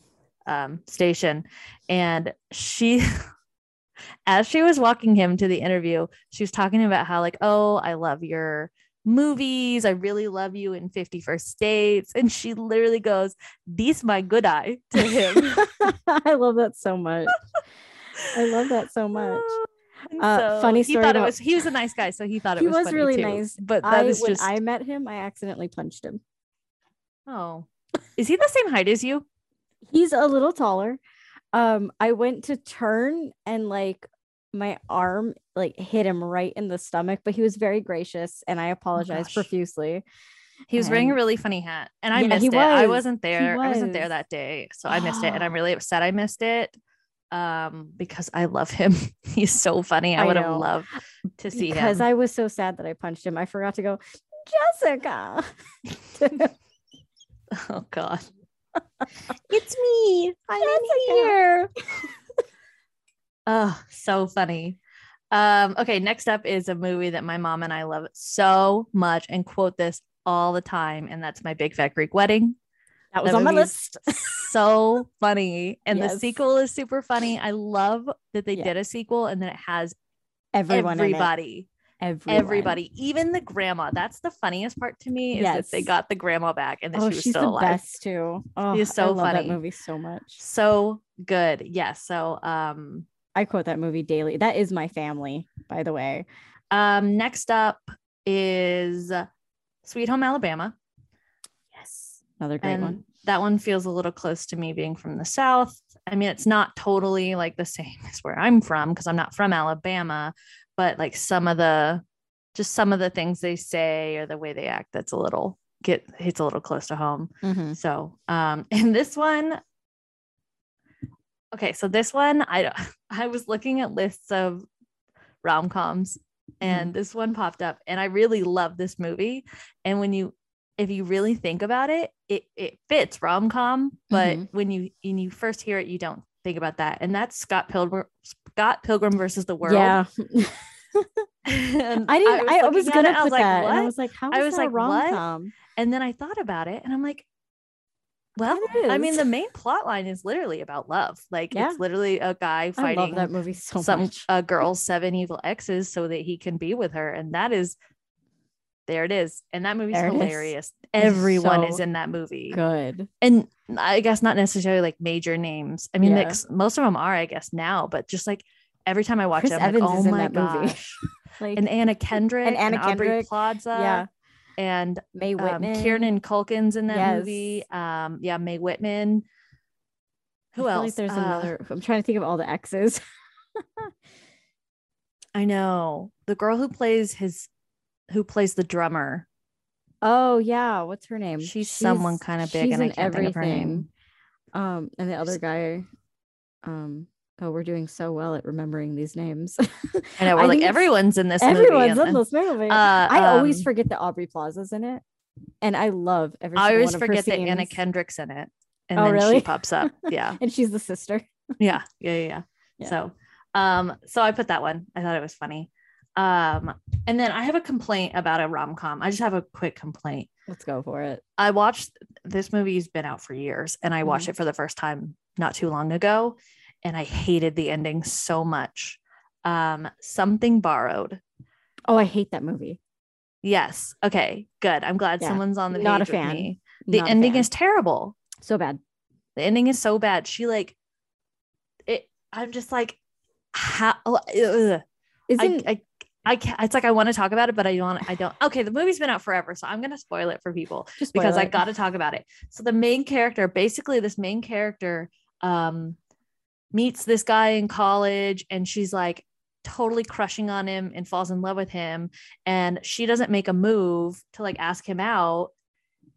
um, station. And she, as she was walking him to the interview, she was talking about how, like, oh, I love your movies. I really love you in 51st States. And she literally goes, These my good eye to him.
I love that so much. I love that so much.
And
Uh, funny
He
story
thought
about-
it was. He was a nice guy, so he thought it
He
was.
was
funny
really
too.
nice.
but
I,
that is
when
just.
I met him, I accidentally punched him.
oh, is he the same height as you?
He's a little taller. Um, I went to turn and like my arm like hit him right in the stomach, but he was very gracious and I apologized
Oh, gosh.
profusely.
He was wearing a
And-
really funny hat, and I
Yeah,
missed
he
it. I
was.
wasn't there. I wasn't there
was.
that day, so I missed it, and I'm really upset I missed it. Um, because I love him. He's so funny. I
I
would have
know.
loved to see
because
him.
I was so sad that I punched him. I forgot to go, Jessica.
oh God. it's me. I'm in here. oh, so funny. Um, okay, next up is a movie that my mom and I love so much and quote this all the time, and that's my Big Fat Greek Wedding.
That was
That
on my
movie's
list.
So funny. And the
Yes.
sequel is super funny. I love that they
Yeah.
did a sequel and then it has
Everyone, everybody,
everybody
everyone.
everybody, even the grandma. That's the funniest part to me is that they
Yes.
got the grandma back and that
Oh,
she was
she's
still
the
alive.
best too. Oh,
is
I
so
love
funny.
that movie so much.
So good. Yes. so um
I quote that movie daily. That is my family, by the way.
um next up is Sweet Home Alabama.
Yes. Another great
and
one.
That one feels a little close to me being from the South. I mean, it's not totally like the same as where I'm from because I'm not from Alabama, but like some of the just some of the things they say or the way they act that's a little get hits a little close to home.
Mhm.
So, um, and this one, okay, so this one, I don't, I was looking at lists of rom coms,
Mm-hmm.
and this one popped up, and I really love this movie. And when you, if you really think about it, it it fits rom com, but
Mhm.
when you when you first hear it, you don't think about that, and that's Scott Pilgrim, Scott Pilgrim versus the World.
Yeah.
And
I didn't. I was,
looking at
gonna
it,
put
I was like,
that, and I
"What?"
was like, "How
I
is
was
that
like,
a
"What?"
rom com?"
And then I thought about it and I'm like, well,
It
I mean,
is.
the main plot line is literally about love. Like
Yeah.
it's literally a guy
I
fighting
love that movie so
some
much.
a girl's seven evil exes so that he can be with her. And that is there it is. And that movie's
There it is.
hilarious.
It is
Everyone
so
is in that movie.
Good.
And I guess not necessarily like major names. I mean,
Yeah.
like, s- most of them are, I guess, now, but just like every time I watch
Chris
it, I'm
Evans
like, oh
is in
my
that movie.
gosh.
Like,
and Anna Kendrick and,
Anna
Aubrey
Kendrick.
Plaza.
yeah,
And
May
um,
Whitman,
Kieran Culkin's in that
Yes.
movie. Um, yeah, Mae Whitman.
I
Who
feel
else?
Like there's
Uh,
another. I'm trying to think of all the exes.
I know the girl who plays his, who plays the drummer.
Oh yeah, what's her name?
She's, someone kind of big,
she's
and I
in
can't think of her name.
Um, and the other guy, um, oh, we're doing so well at remembering these names.
I know we're
I
like
think it's-
everyone's in this.
Everyone's
movie.
in
and-
this movie.
uh,
I always
um,
forget that Aubrey Plaza's in it, and I love every.
I
single
always
one of her
forget that Anna
scenes.
Kendrick's in it, and
Oh,
then
really?
she pops up. Yeah,
and she's the sister.
yeah, yeah, yeah, yeah.
Yeah.
So, um, so I put that one. I thought it was funny. Um, and then I have a complaint about a rom com. I just have a quick complaint.
Let's go for it.
I watched this movie's been out for years and I watched
Mhm.
it for the first time not too long ago and I hated the ending so much. Um something borrowed.
Oh, I hate that movie.
Yes. Okay. Good. I'm glad
Yeah.
someone's on the
Not a
page with
fan.
me. The
Not a
ending
fan.
is terrible.
so bad.
The ending is so bad. She like it I'm just like how ugh. I,
Isn't
I I can't, it's like I want to talk about it, but I don't. I don't. Okay, the movie's been out forever, so I'm gonna spoil it for people.
just
because
spoil
I
it.
got to talk about it. So the main character, basically, this main character um, meets this guy in college, and she's like totally crushing on him and falls in love with him, and she doesn't make a move to like ask him out,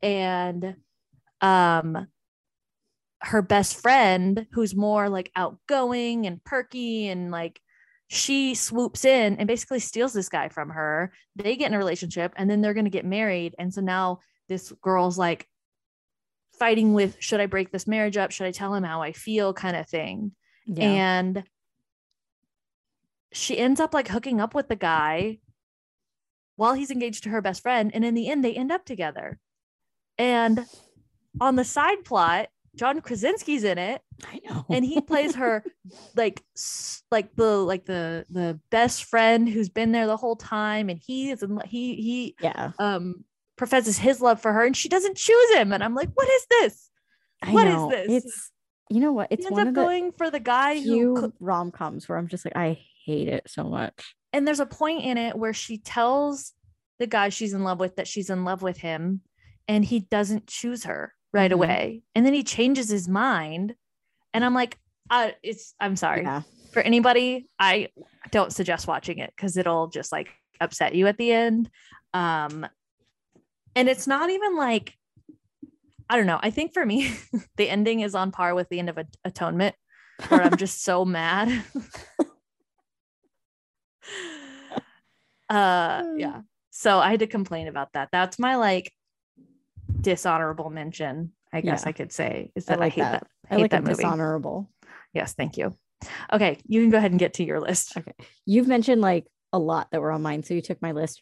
and um her best friend who's more like outgoing and perky and like she swoops in and basically steals this guy from her they get in a relationship and then they're going to get married and so now this girl's like fighting with should i break this marriage up should i tell him how i feel kind of thing
Yeah.
and she ends up like hooking up with the guy while he's engaged to her best friend and in the end they end up together and on the side plot john krasinski's in it
I know.
and he plays her like s- like the like the the best friend who's been there the whole time and he is in, he he
yeah.
um professes his love for her and she doesn't choose him and i'm like what is this
I
What is
know.
this?
It's you know what?
he
It's
ends
one
up
of the
going for the guy who
few
cou-
rom coms where I'm just like, I hate it so much.
and there's a point in it where she tells the guy she's in love with that she's in love with him and he doesn't choose her right
Mhm.
away and then he changes his mind and i'm like I, it's i'm sorry
Yeah.
for anybody i don't suggest watching it because it'll just like upset you at the end um and it's not even like i don't know i think for me the ending is on par with the end of At- atonement where i'm just so mad uh yeah so i had to complain about that that's my like dishonorable mention i guess
Yeah.
i could say is
I
that i,
like
hate
that.
that,
I
hate
like
that
a
movie
dishonorable.
Yes, thank you. Okay, you can go ahead and get to your list.
Okay. You've mentioned like a lot that were on mine, so you took my list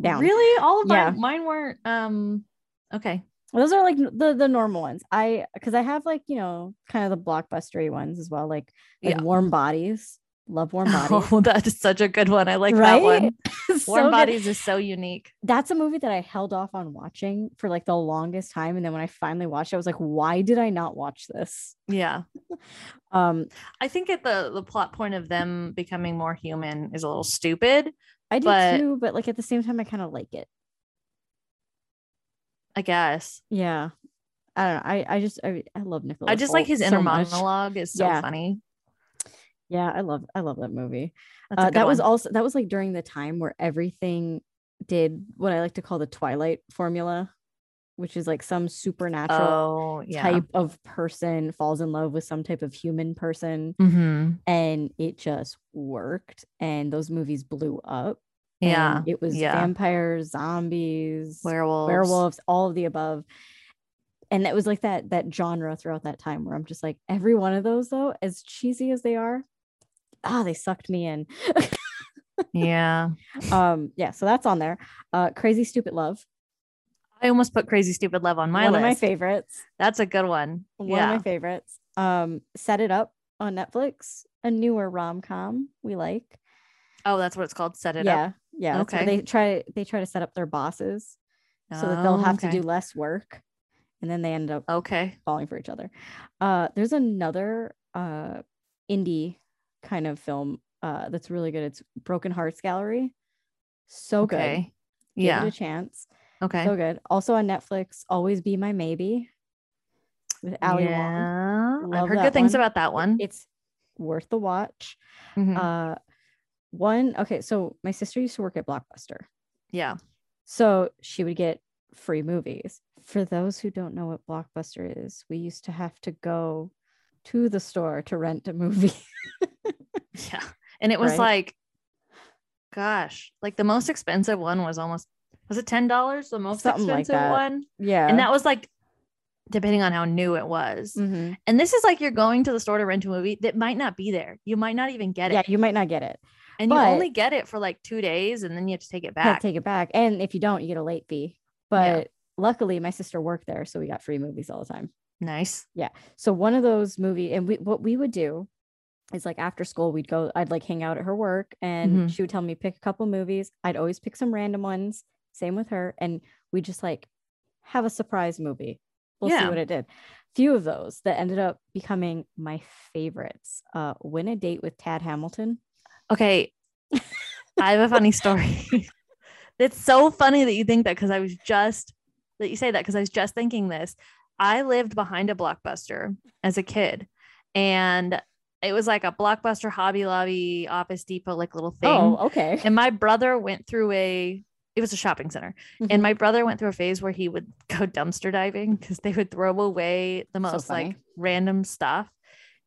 down.
Really? All of
Yeah.
mine, mine weren't um okay.
Those are like n- the the normal ones. I because I have like you know kind of the blockbustery ones as well, like, like
Yeah.
warm bodies. Love warm bodies.
Oh, that is such a good one. I like that
Right?
one.
So
Warm
good.
bodies is so unique.
that's a movie that I held off on watching for like the longest time, and then when I finally watched, it, I was like, why did I not watch this?
Yeah.
Um,
I think at the the plot point of them becoming more human is a little stupid,
I do
But-
too, but like at the same time, I kind of like it.
I guess.
Yeah, I don't know. I I just I, I love Nicholas.
I just like his
so
inner
much.
monologue is so
Yeah.
funny.
Yeah, I love I love that movie.
That's a
Uh,
good
that was
one.
also that was like during the time where everything did what I like to call the Twilight formula, which is like some supernatural
oh, yeah.
type of person falls in love with some type of human person,
Mhm.
and it just worked. And those movies blew up. and
Yeah.
it was
yeah.
vampires, zombies,
Werewolves.
werewolves, all of the above. And it was like that that genre throughout that time where I'm just like every one of those though, as cheesy as they are, ah, they sucked me in.
yeah.
um, yeah, so that's on there. Uh, Crazy Stupid Love,
I almost put Crazy Stupid Love on my
one
list.
of my favorites.
That's a good one.
One
yeah.
of my favorites. Um, Set It Up on Netflix, a newer rom com we like.
oh, that's what it's called. Set it
yeah,
up.
yeah. that's where
Okay.
They try they try to set up their bosses so that they'll
Oh,
have
okay.
to do less work, and then they end up
Okay.
falling for each other. Uh, there's another uh, indie kind of film uh, that's really good. It's Broken Hearts Gallery. So Oh, good.
Okay.
Give
Yeah.
it a chance.
okay.
So good. Also on Netflix, Always Be My Maybe with Ali Wong.
yeah.
Love
I've heard
that
good things
one.
about that one.
It's worth the watch.
Mhm.
Uh, one okay. So my sister used to work at Blockbuster,
yeah.
so she would get free movies. For those who don't know what Blockbuster is, we used to have to go to the store to rent a movie.
Yeah. And it was
Right?
like, gosh, like the most expensive one was almost, was it $10? The most
Something like
expensive
that.
one.
yeah,
And that was like, depending on how new it was.
Mhm.
And this is like you're going to the store to rent a movie that might not be there. You might not even get
yeah,
it.
you might not get it.
And
but-
you only get it for like two days and then you have to take it
You have
back.
to take it back, and if you don't, you get a late fee.
Yeah.
But luckily, my sister worked there, so we got free movies all the time.
nice.
so one of those movie and we what we would do is like after school we'd go i'd like hang out at her work and
Mhm.
she would tell me pick a couple movies i'd always pick some random ones same with her and we just like have a surprise movie we'll see
Yeah.
what it did few of those that ended up becoming my favorites uh win a date with tad hamilton
Okay. I have a funny story. it's so funny that you think that because I was just that you say that because I was just thinking this. I lived behind a blockbuster as a kid, and it was like a blockbuster Hobby Lobby Office Depot like little thing.
oh okay
And my brother went through a it was a shopping center.
Mhm.
And my brother went through a phase where he would go dumpster diving because they would throw away the most
funny.
like random stuff.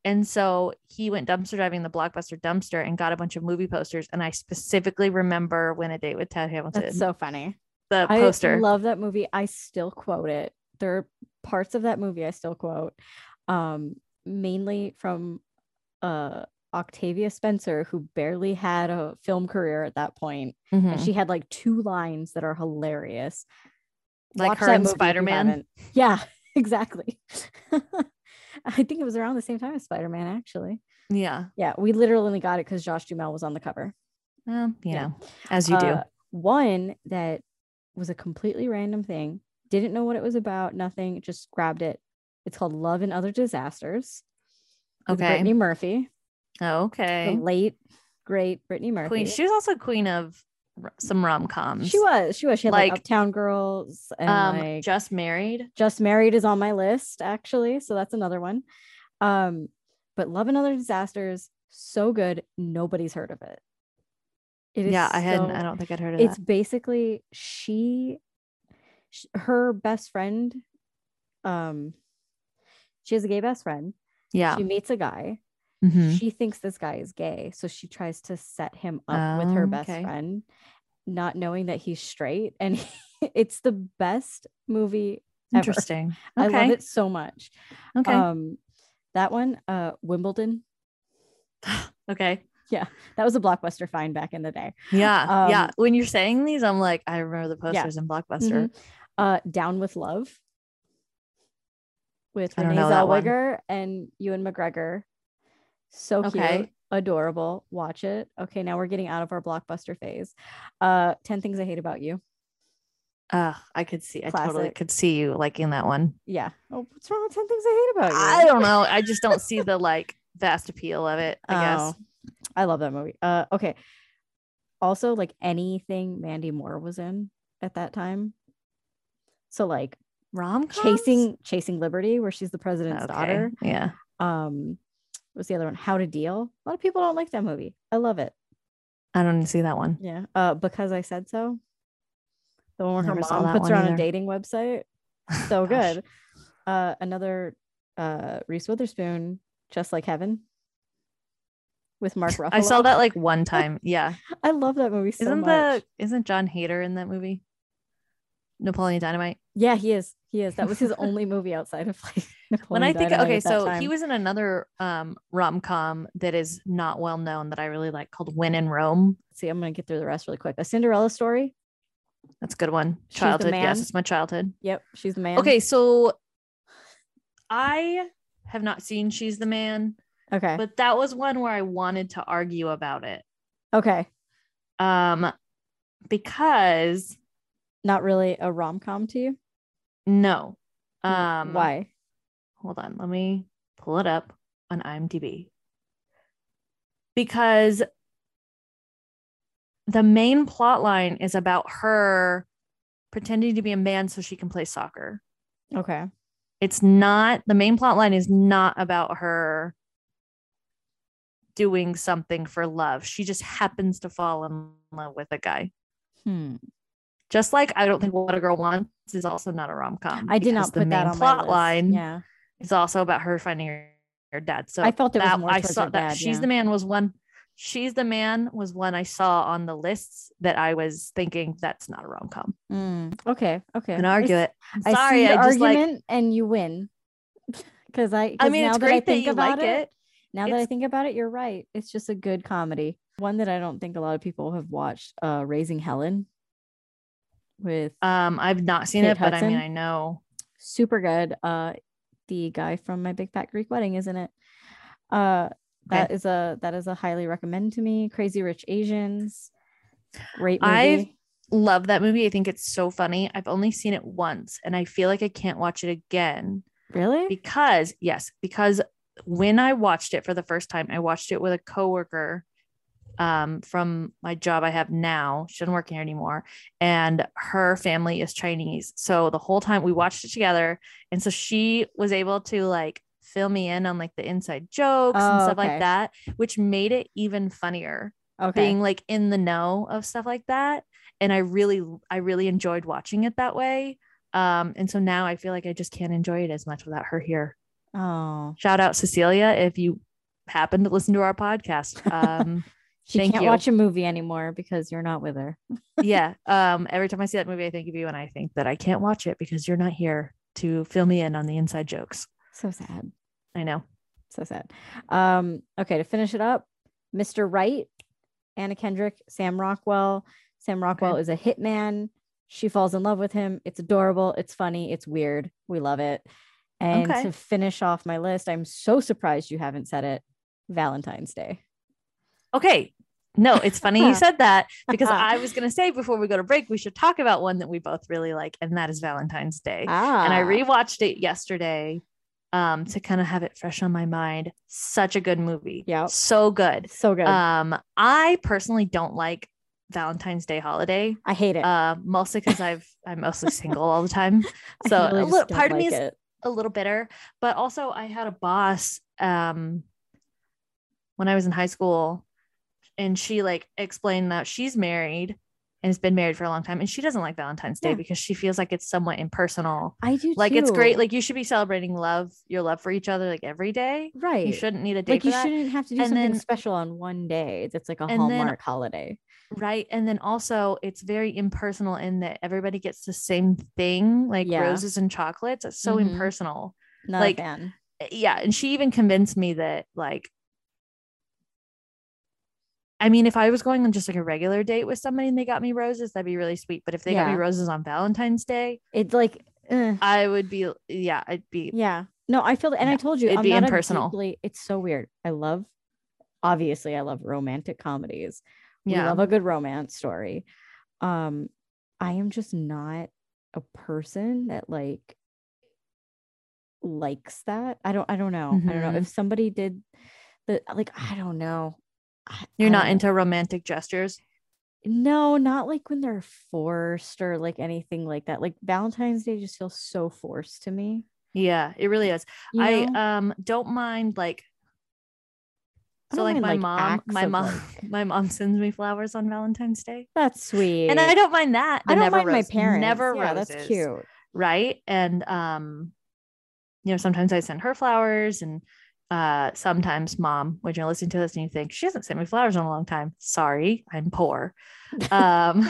And so he went dumpster diving the blockbuster dumpster and got a bunch of movie posters. And I specifically remember when a date with Ted Hamilton,
that's so funny
the
I
poster.
love that movie. I still quote it. There are parts of that movie I still quote, um, mainly from uh, Octavia Spencer, who barely had a film career at that point,
Mhm.
and she had like two lines that are hilarious.
like
Watch
her
that
and
movie if you
Spider Man.
haven't. Yeah, exactly. I think it was around the same time as Spider Man, actually.
Yeah.
Yeah, we literally got it because Josh Dumel was on the cover.
Well, you
Yeah.
know, as you do.
Uh, one that was a completely random thing, didn't know what it was about, nothing, just grabbed it. It's called Love and Other Disasters. with
Okay.
Brittany Murphy, Uh, the
Okay.
late, great Brittany Murphy.
Queen. She was also queen of r- some rom coms.
She was, she was, she had like,
Like,
Uptown Girls and
um,
like just-,
just married.
Married is on my list, actually. So that's another one. Um, but Love and Other Disasters, so good. Nobody's heard of it. It is
Yeah, I hadn't.
so
I don't think I'd heard of
it's
that.
basically she, sh- her best friend um she has a gay best friend
Yeah.
she meets a guy
Mhm.
she thinks this guy is gay so she tries to set him up with her
Oh,
best
okay.
friend not knowing that he's straight and it's the best movie ever.
Interesting.
i
Okay.
love it so much
Okay.
um that one uh wimbledon
okay.
that was a blockbuster find back in the day
Yeah. yeah.
um,
When you're saying these, I'm like, I remember the
Yeah.
posters in Blockbuster.
Mhm. Uh, Down with Love with
I don't
Renee
know that one.
Zellweger and Ewan McGregor. So cute,
Okay.
adorable. Watch it. Okay, now we're getting out of our blockbuster phase. Uh, Ten Things I Hate About You.
Ugh, I could see. I totally
Classic.
could see you liking that one.
Yeah. Oh, what's wrong with Ten Things I Hate About You?
I don't know. I just don't see the like vast appeal of it. I guess.
Oh, I love that movie. Uh, okay. Also, like anything Mandy Moore was in at that time. So like
Rom
chasing chasing liberty, where she's the president's daughter.
Yeah.
um what's the other one how to deal a lot of people don't like that movie i love it
I don't see that one.
yeah uh because i said so the one where her
Never saw
mom
that
puts her
one
on a
either.
dating website so
Gosh.
good uh another uh reese witherspoon just like heaven with mark ruffalo
I saw that like one time. Yeah.
i love that movie so
isn't
much
the isn't John Hader in that movie? Napoleon Dynamite.
yeah he is He is. That was his only movie outside of like.
when
Napoleon
I think
Dynamite
okay,
at that
so
time.
he was in another um rom com that is not well known that I really like called Win in Rome.
See, I'm gonna get through the rest really quick. A Cinderella story.
That's a good one.
She's the
Childhood, yes,
man?
it's my childhood.
Yep, she's the man.
Okay, so I have not seen She's the Man,
Okay.
but that was one where I wanted to argue about it.
okay.
Um because
Not really a rom com to you.
no. Um
Hmm, Why?
hold on, let me pull it up on IMDb. Because the main plot line is about her pretending to be a man so she can play soccer.
Okay.
It's not the main plot line is not about her doing something for love. She just happens to fall in love with a guy.
Hmm.
Just like I don't think what a girl wants is also not a rom com.
I did not put that on my
plot
list.
line.
Yeah.
It's also about her finding her, her dad. So
I felt it was
that
more
I
towards
saw
her
that
dad,
she's
yeah.
the man was one. She's the man was one I saw on the lists that I was thinking that's not a rom com.
Mm, okay. Okay.
Can
I
argue
s-
it. I'm
I
sorry,
see the
Hmm. I just like.
argument and you win. Because I,
I
'cause
mean,
now
it's
that I
great that,
think
you
about
like it.
Now that I
It's-
think about it, you're right. It's just a good comedy. One that I don't think a lot of people have watched, uh, Raising Helen with
Um, I've not seen
Kate
it, but I mean,
Hudson?
I know.
super good. Uh, the guy from My Big Fat Greek Wedding, isn't it? Uh, that
Okay.
is a that is a highly recommend to me. Crazy Rich Asians, great movie.
I've- Love that movie. I think it's so funny. I've only seen it once, and I feel like I can't watch it again
really
because yes, because when I watched it for the first time, I watched it with a coworker um, from my job I have now. She doesn't work here anymore, and her family is Chinese. So the whole time we watched it together, and so she was able to like fill me in on like the inside jokes and
Oh,
stuff
okay.
like that, which made it even funnier.
okay.
Being like in the know of stuff like that, and I really, I really enjoyed watching it that way. Um, and so now I feel like I just can't enjoy it as much without her here
oh,
shout out Cecilia if you happen to listen to our podcast. Um,
she
thank
can't
you.
watch a movie anymore because you're not with her.
yeah. Um, every time I see that movie, I think of you and I think that I can't watch it because you're not here to fill me in on the inside jokes.
So sad.
I know.
So sad. Um, okay, to finish it up, Mr. Wright, Anna Kendrick, Sam Rockwell. Sam Rockwell is a hitman. She falls in love with him. It's adorable. It's funny. It's weird. We love it. And
Okay.
to finish off my list, I'm so surprised you haven't said it. Valentine's Day.
Okay. No, it's funny you said that because I was going to say before we go to break, we should talk about one that we both really like, and that is Valentine's Day.
Ah,
and I rewatched it yesterday um, to kind of have it fresh on my mind. Such a good movie.
Yep.
So good.
so good.
Um, I personally don't like Valentine's Day holiday,
I hate it.
uh, mostly because I've I'm mostly single all the time.
I
So
really
a
just
little,
don't
part of me
like
is
it.
a little bitter, but also I had a boss um, when I was in high school, and she like explained that she's married and has been married for a long time, and she doesn't like Valentine's Day
Yeah.
because she feels like it's somewhat impersonal.
I do.
Like it's great,
too.
like you should be celebrating love, your love for each other, like every day.
right.
You shouldn't need a day
like
for
you
that.
shouldn't have to do
And
something
then-
special on one day. That's like a
then-
hallmark holiday.
Right. And then also, it's very impersonal in that everybody gets the same thing, like
Yeah.
roses and chocolates. It's so
Mhm.
impersonal.
Not
like,
a fan.
Yeah. And she even convinced me that, like, I mean, if I was going on just like a regular date with somebody and they got me roses, that'd be really sweet. But if they got
Yeah.
me roses on Valentine's Day,
It's like, eh.
I would be, yeah, I'd be,
yeah. No, I feel, and I
No,
told you,
it'd
I'm
be
not a
impersonal.
deeply- it's so weird. I love, obviously, I love romantic comedies. We
yeah.
love a good romance story. Um, I am just not a person that like likes that. I don't. I don't know. I don't know
Mhm.
if somebody did the like. I don't know. I-
You're
I
not
don't know.
into romantic gestures.
No, not like when they're forced or like anything like that. Like Valentine's Day just feels so forced to me.
Yeah. It really is.
you
I
know?
um don't mind like
I
so
don't mind,
like my
like,
mom
acts
my
of,
mom
like-
my mom sends me flowers on Valentine's Day.
that's sweet.
And I don't mind that.
I
The
don't
never
mind
rose-
my parents.
Never
yeah,
roses.
that's cute.
Right. And um, you know, sometimes I send her flowers and uh sometimes mom, when you're listening to this and you think she hasn't sent me flowers in a long time. Sorry, I'm poor. Um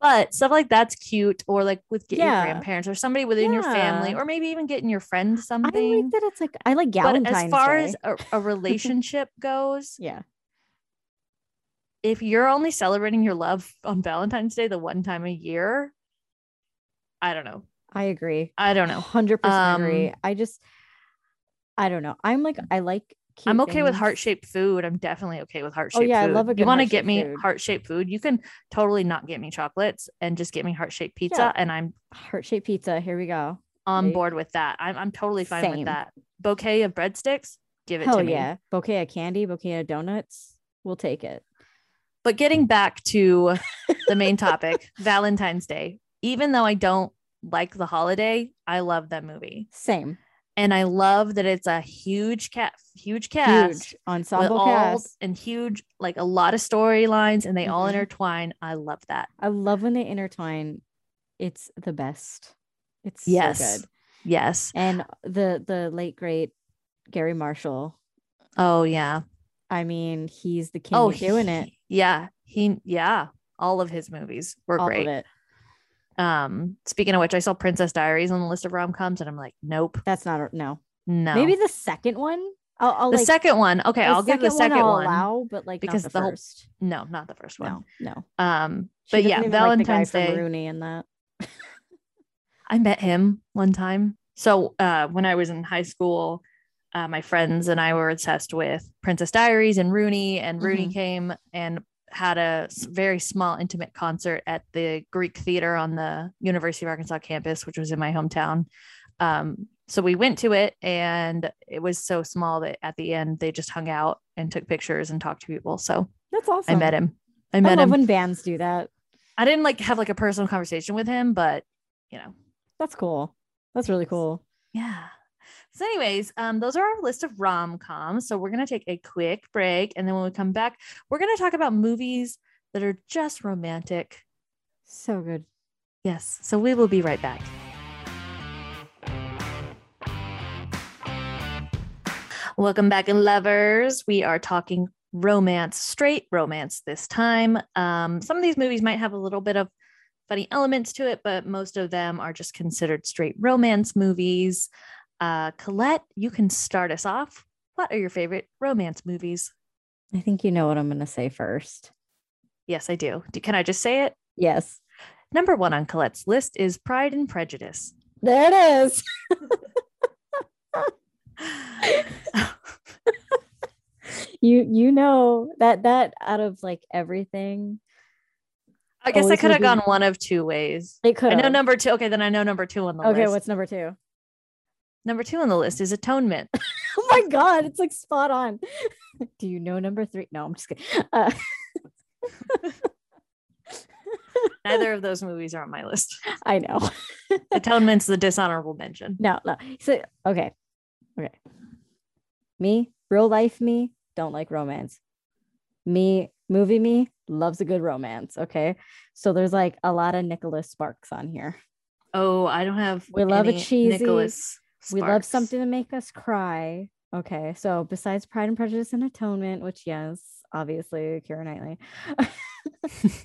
But stuff like that's cute, or like with get
Yeah.
your grandparents or somebody within your family,
Yeah.
or maybe even getting your friend
I like
something.
that it's like I like
but
Galentine's
as far
Day.
as a, a relationship goes,
yeah,
if you're only celebrating your love on Valentine's Day the one time a year, I don't know.
I agree.
I don't know.
Hundred percent agree.
Um,
I just, I don't know. I'm like, I like. Cute
I'm okay with
things. Oh,
heart shaped food. I'm definitely okay with heart shaped
yeah, I
food.
love a
you
good
want to
heart-shaped
get me
food.
heart shaped food? You can totally not get me chocolates and just get me heart shaped pizza,
Yeah.
and I'm
heart shaped pizza. Here we go.
on
Right.
board with that. I'm I'm totally fine
Same.
with that. Bouquet of breadsticks, give it
Hell
to me.
yeah! Bouquet of candy, bouquet of donuts. We'll take it.
But getting back to the main topic, Valentine's Day. Even though I don't like the holiday, I love that movie.
Same.
And I love that it's a huge cat huge cast
Huge
with
ensemble
all
cast.
and huge like a lot of storylines and they all
Mhm.
intertwine. I love that.
I love when they intertwine. It's the best. It's so
Yes.
good.
Yes.
And the the late great Gary Marshall.
Oh yeah.
I mean, he's the king
oh,
of doing it.
he- Yeah. He yeah. All of his movies were
All
great.
of it.
Um, speaking of which, I saw Princess Diaries on the list of rom coms, and I'm like, nope,
That's not a, no.
no.
Maybe the second one. I'll, I'll
the
like,
second one. Okay,
the
I'll give the second
I'll
one.
allow, but like
because
not the,
the whole
first.
No, not the first one.
No, no.
Um,
She
but
doesn't
yeah,
even
Valentine's
like the guy
Day.
from Rooney in that.
I met him one time. So uh, when I was in high school, uh, my friends and I were obsessed with Princess Diaries and Rooney, and Rooney
Mhm.
came and had a s- very small, intimate concert at the Greek Theater on the University of Arkansas campus, which was in my hometown. Um, so we went to it, and it was so small that at the end they just hung out and took pictures and talked to people. So
That's awesome.
I met him. I
I
met
love
him.
when bands do that.
I didn't like have like a personal conversation with him, but you know,
That's cool. That's really cool.
Yeah. So, anyways, um, those are our list of rom coms. So, we're going to take a quick break. And then when we come back, we're going to talk about movies that are just romantic.
So good.
Yes. So, we will be right back. Welcome back, in lovers. We are talking romance, straight romance this time. Um, some of these movies might have a little bit of funny elements to it, but most of them are just considered straight romance movies. Uh, Colette, you can start us off. What are your favorite romance movies?
I think you know what I'm going to say first.
Yes, I do. do. Can I just say it?
Yes.
Number one on Colette's list is Pride and Prejudice.
There it is. You you know that that out of like everything
I guess I
Always
could have
would be-
gone one of two ways.
it could
I know
have.
number two. Okay, then I know number two on the
Okay,
list.
what's number 2?
number two on the list is Atonement.
Oh my god, it's like spot on. do you know number 3? No, I'm just kidding. Uh,
Neither of those movies are on my list.
I know.
Atonement's the dishonorable mention.
No, no. So okay. Okay. Me, real life me, don't like romance. Me, movie me, loves a good romance. Okay. So there's like a lot of Nicholas Sparks on here.
Oh, I don't have.
We love a
any
cheesy-
Nicholas.
We love
Sparks.
something to make us cry. Okay. So besides Pride and Prejudice and Atonement, which yes, obviously Kira Knightley.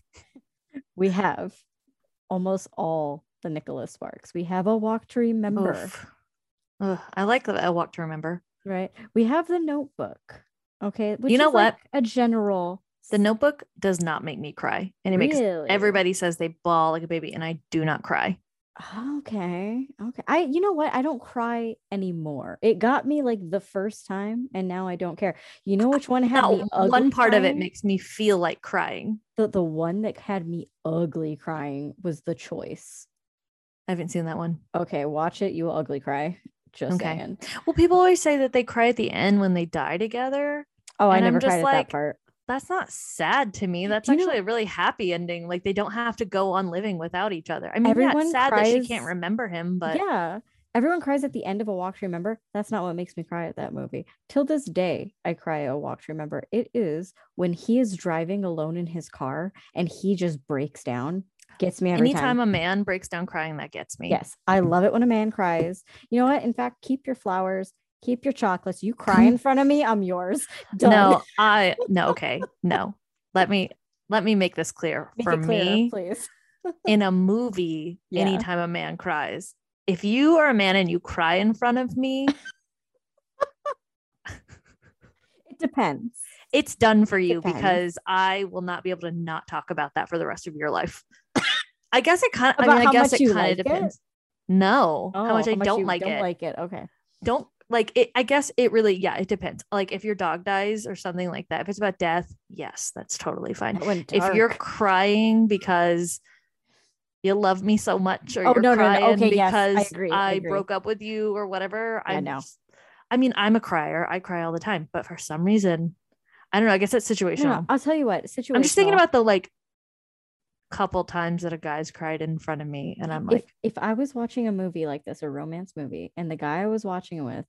we have almost all the Nicholas Sparks. We have a walk to remember,
Oof. Ugh, I like the I walk to remember.
right? We have the notebook. Okay. Which
You know
is like a general
The Notebook does not make me cry, and it makes
Really?
everybody says they bawl like a baby, and I do not cry.
Okay. Okay. I you know what? I don't cry anymore. It got me like the first time and now I don't care. You know which one had me
Not one
ugly
part of it
crying?
makes me feel like crying.
the, the one that had me ugly crying was the choice.
I haven't seen that one.
Okay, watch it. You will ugly cry. Just
Okay.
saying.
Well, people always say that they cry at the end when they die together.
Oh, I
And I'm
never
just
cried at
like,
that part.
That's not sad to me. That's
You know-
actually a really happy ending. Like they don't have to go on living without each other. I mean, yeah,
Everyone
it's sad that she
cries-
can't remember him, but
yeah. Everyone cries at the end of a walk to remember. That's not what makes me cry at that movie. Till this day, I cry at a walk to remember. It is when he is driving alone in his car and he just breaks down. Gets me every time.
anytime a man breaks down crying, that gets me.
Yes, I love it when a man cries. You know what? In fact, keep your flowers, keep your chocolates. You cry in front of me, I'm yours. Done.
No, I no. Okay, no. Let me let me make this clear
Make
for
it clear,
me.
please.
in a movie
Yeah.
anytime a man cries. If you are a man and you cry in front of me,
It depends.
it's done for you
Depends.
because I will not be able to not talk about that for the rest of your life. I guess it kind of,
About
I mean, I
how
guess
much
it
you
kind
like
of
it?
depends. No,
Oh,
how much I don't
you
like it.
like it. Okay.
don't like it. I guess it really, yeah, it depends. Like if your dog dies or something like that, if it's about death, yes, that's totally fine.
That went
if you're
dark.
crying because you love me so much or
Oh,
you're
no, no, no.
crying
Okay, yes, I
because
agree, I agree.
broke up with you or whatever
Yeah,
I'm
no.
just- i mean i'm a crier i cry all the time but for some reason i don't know i guess that's situational
No, no, I'll tell you what. Situational.
i'm just thinking about the like couple times that a guy's cried in front of me and i'm like
if if I was watching a movie like this, a romance movie, and the guy I was watching it with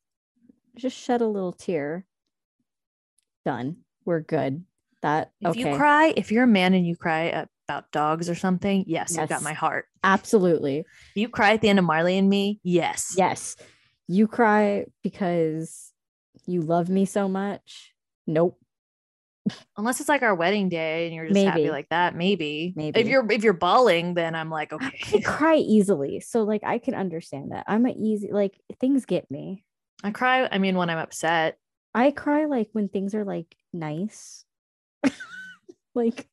just shed a little tear. Done. We're good. That
if,
okay.
you cry if you're a man and you cry about dogs or something yes,
Yes.
you've got my heart
Absolutely.
you cry at the end of marley and me yes
Yes. You cry because you love me so much. Nope.
unless it's like our wedding day and you're just happy
Maybe.
like that maybe
Maybe.
if you're if you're bawling then i'm like
I
okay
cry easily. So like I can understand that. I'm a easy like things get me.
i cry i mean when i'm upset
I cry like when things are like nice. like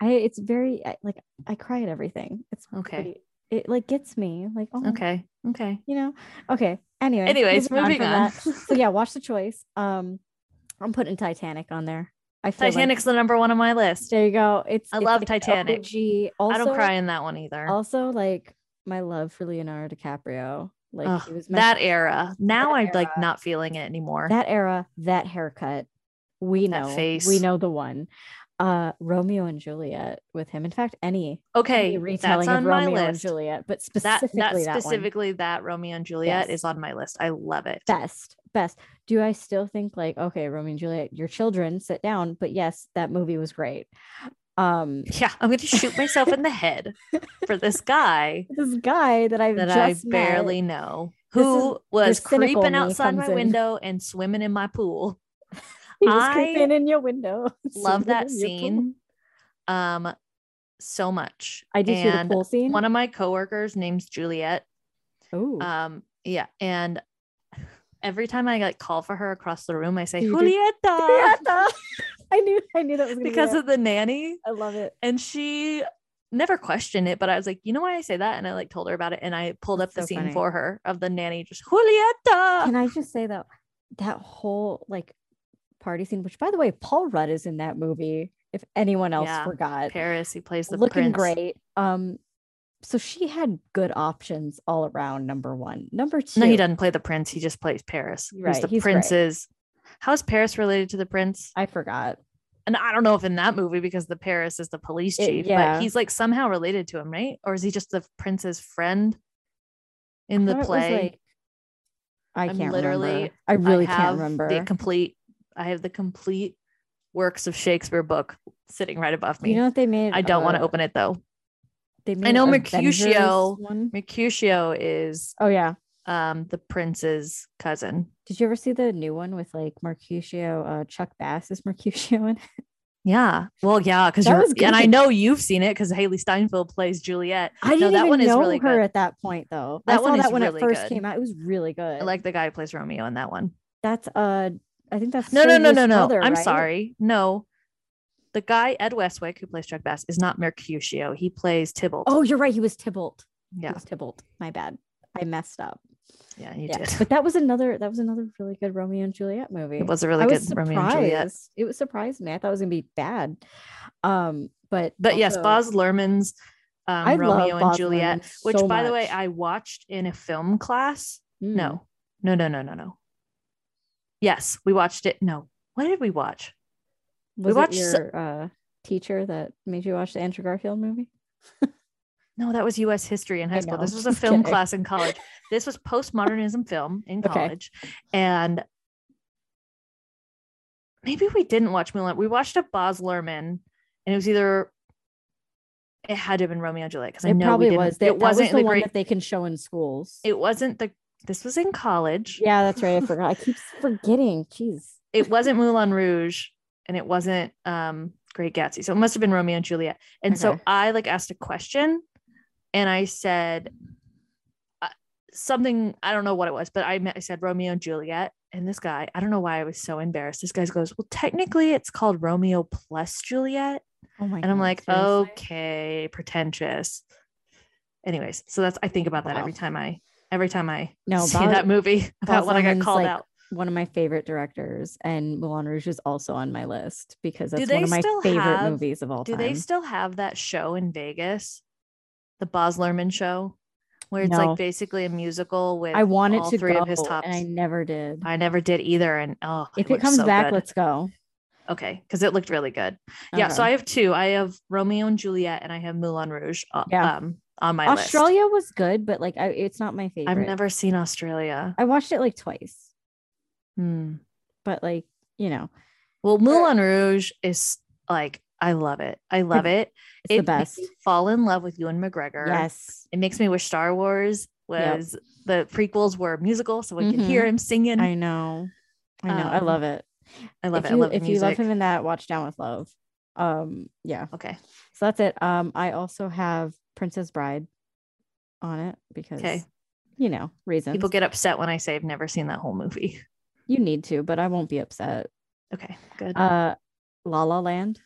I it's very I- like I cry at everything. It's
okay
pretty, it like gets me. Like oh
okay okay
you know. Okay. Anyway.
anyways moving
from
on,
that. So yeah, watch the choice. Um I'm putting Titanic on there. I feel like-
titanic's the number one on my list
There you go. It's
I
it's
love
like
Titanic.
OG. Also,
i don't cry in that one either
Also, like my love for Leonardo DiCaprio. Like
Ugh,
it was my
that era now
that
i'm like
era.
not feeling it anymore
that era, that haircut. We
That
know we
face.
know the one. Uh Romeo and Juliet with him. In fact, any, any
okay
retelling
that's on
of
my
Romeo and
list
Juliet, but
that
specifically that,
that
one.
specifically that romeo and juliet
Yes.
is on my list i love it
Best, best. Do I still think like okay, Romeo and Juliet, your children sit down, but yes, that movie was great. Um
yeah i'm going to shoot myself in the head for this guy
this guy that I've
that I
just met-
barely know
This is
who
where
was
cynical
creeping
me
outside my
comes in.
window and swimming in my pool.
He was
I
creeping in your window. swimming
Love that
in your pool.
scene um so much.
I do see the
and
pool scene.
one of my coworkers name's Juliet.
Ooh.
Um yeah, and every time I like call for her across the room, I say
Do you do-
Julieta
I knew I knew that was gonna
because
be it.
of the nanny.
I love it.
And she never questioned it, but I was like, you know why I say that? And I like told her about it and I pulled
That's
up the
so
scene
funny.
for her of the nanny just Julieta.
Can I just say though, that whole like party scene, which by the way, Paul Rudd is in that movie. If anyone else
Yeah.
forgot,
Paris, he plays the
looking
prince.
great. Um, so she had good options all around. Number one, number two.
No, he doesn't play the prince. He just plays Paris.
You're
Who's
right,
the
he's great.
prince's? How is Paris related to the prince?
I forgot.
And I don't know if in that movie because the Paris is the police
It-
chief,
yeah.
but he's like somehow related to him, right? Or is he just the prince's friend in
I
the
thought it was,
play?
like- I
I'm
can't
literally-
remember. I really
I
can't
have
remember.
The complete. I have the complete works of Shakespeare book sitting right above me.
you know what they made?
I don't want to
uh,
open it though.
They made
know
a
Mercutio-
Avengers One.
Mercutio is
Oh yeah.
um the prince's cousin.
Did you ever see the new one with like Mercutio? Uh, Chuck Bass is Mercutio in. it?
Yeah. Well, yeah, because
That
you're
was good.
and I know you've seen it because Haley Steinfeld plays Juliet.
I didn't
no, that
even
one is
know
really
her
good.
at that point though. I
That
saw
one
that
is
when
really
it first
good.
came out. It was really good.
I like the guy who plays Romeo in that one.
that's uh, I think that's
No, no, no,
Sylvia's
no, no.
brother,
I'm
right?
sorry. No. The guy Ed Westwick who plays Chuck Bass is not Mercutio. He plays Tybalt.
Oh, you're right. He was Tybalt. He
yeah,
was Tybalt. My bad. I messed up.
yeah, you
Yeah.
did.
But that was another. That was another really good Romeo and Juliet movie.
It was a really
I
good
was
Romeo and Juliet.
surprised. It was surprised me. I thought it was gonna be bad. Um, but
But yes,
also-
Boz Lerman's um,
I love
Romeo and
Baz
Juliet,
Luhrmann
which
so
by the way
much.
I watched in a film class.
Mm.
No, no, no, no, no, no. Yes, we watched it. No, what did we watch?
was it
watched so-
your uh, teacher that made you watch the Andrew Garfield movie.
No, that was U.S. history in
I
high school.
know.
This was a
Just
film
kidding.
class in college. This was postmodernism film in
Okay.
college, and maybe we didn't watch Mulan. We watched a Boz Lerman, and it was either it had to have been Romeo and Juliet because I
it
know
probably
we didn't-
was. That,
it wasn't
that was the,
the
one
great.
that they can show in schools.
It wasn't the. This was in college.
yeah, that's right. I forgot. I keep forgetting. Jeez.
It wasn't Moulin Rouge, and it wasn't um Great Gatsby. So it must have been Romeo and Juliet. And so
Okay.
I like asked a question and I said uh, something, I don't know what it was, but I, me- I said Romeo and Juliet. And this guy, I don't know why I was so embarrassed. This guy goes, Well, technically it's called Romeo plus Juliet.
Oh my
And I'm like,
seriously?
Okay, pretentious. Anyways, so that's, I think about that
Wow.
every time I, every time I
No,
see
Baz-
that movie about
Baz
when I got
Luhrmann's,
called
like,
out.
one of my favorite directors, and Moulin Rouge is also on my list because
Do
that's
they
one of my
still
favorite
have-
movies of all
Do
time.
they still have that show in Vegas, the Boz Lerman show, where it's
No.
like basically a musical with?
I wanted
all
to
three
go,
of his tops.
and I never did.
I never did either, and oh,
if it comes back, let's go.
okay, because it looked really good. Yeah, so I
Okay.
have two. I have Romeo and Juliet, and I have Moulin Rouge. Uh,
Yeah.
um, on my list.
Australia was good, but like I, it's not my favorite.
I've never seen Australia.
I watched it like twice,
Hmm.
but like you know,
Well, Moulin Rouge is like I love it. I love it.
it's
it
the
made
best.
me fall in love with Ewan McGregor.
Yes,
it makes me wish Star Wars
Yep. Mm-hmm.
was the prequels were musical, so we could hear him singing.
I
I,
know. I know. I
Um,
love it.
love
if
it.
You,
I love the
if you love
music.
him in that, watch Down with Love. Um, yeah.
Okay,
So that's it. Um, I also have Princess Bride on it because you know reasons.
people get upset when I say I've never seen that whole movie.
you need to, but I won't be upset.
Okay, good.
Uh, La La Land,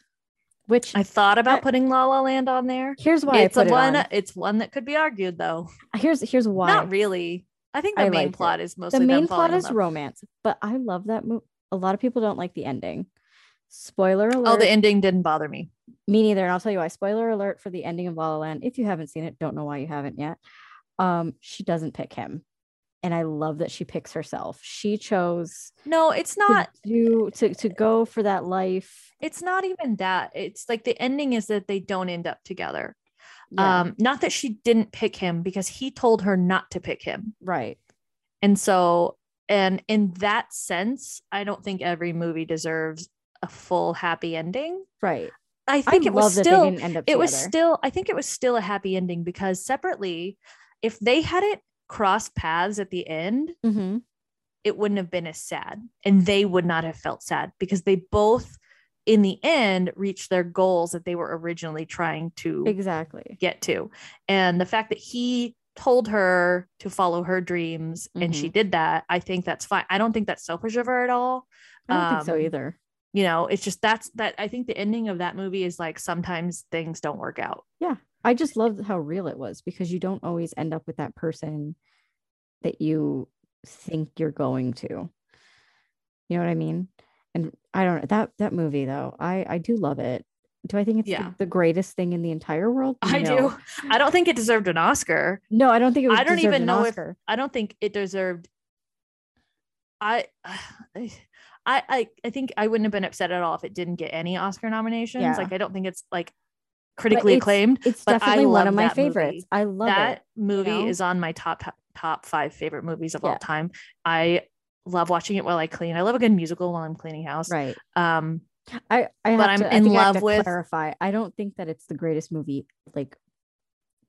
which
I thought about
I-
putting La La Land on there.
here's why
it's
I
a
put it
one.
on.
It's one that could be argued though.
Here's here's why.
Not really. I think the
I
main
liked it.
plot is
the
mostly them
main plot
falling in
is
love.
romance, but I love that movie. A lot of people don't like the ending. Spoiler alert.
Oh, the ending didn't bother me.
Me neither. And I'll tell you why. Spoiler alert for the ending of La La Land. If you haven't seen it, don't know why you haven't yet. Um, she doesn't pick him. And I love that she picks herself. She chose
No, it's
to
not.
do to, to go for that life.
It's not even that. It's like the ending is that they don't end up together.
Yeah,
Um, not that she didn't pick him because he told her not to pick him.
right.
And so, and in that sense, I don't think every movie deserves a full happy ending.
Right.
I
I,
think it
love
was
that
still
they
it
didn't end up
was
together.
still I think it was still a happy ending because separately, if they hadn't crossed paths at the end,
Mhm.
it wouldn't have been as sad and they would not have felt sad because they both in the end reached their goals that they were originally trying to
Exactly.
get to. And the fact that he told her to follow her dreams and she did that, I think that's fine. I don't think that's selfish of her at all.
I don't think so
Um,
either.
You know, it's just that's that I think the ending of that movie is like sometimes things don't work out.
I just loved how real it was because you don't always end up with that person that you think you're going to. You know what I mean? And I don't know that that movie though. I I do love it. Do I think it's the-
Yeah.
the, greatest thing in the entire world?
I
No.
do. I don't think it deserved an Oscar.
No, I don't think it was.
I don't even know if-
Oscar.
I don't think it deserved I I I I think I wouldn't have been upset at all if it didn't get any Oscar nominations.
Yeah.
Like I don't think it's like critically
it's-
acclaimed.
It's
but I
definitely one of
love
my
that movie.
favorites. I love
that
it.
movie
know?
is on my top top five favorite movies of
Yeah.
all time. I love watching it while I clean. I love a good musical while I'm cleaning house.
Right.
Um,
I I have
But I'm
to, I
in
think I have
love
to
with-
clarify. I don't think that it's the greatest movie like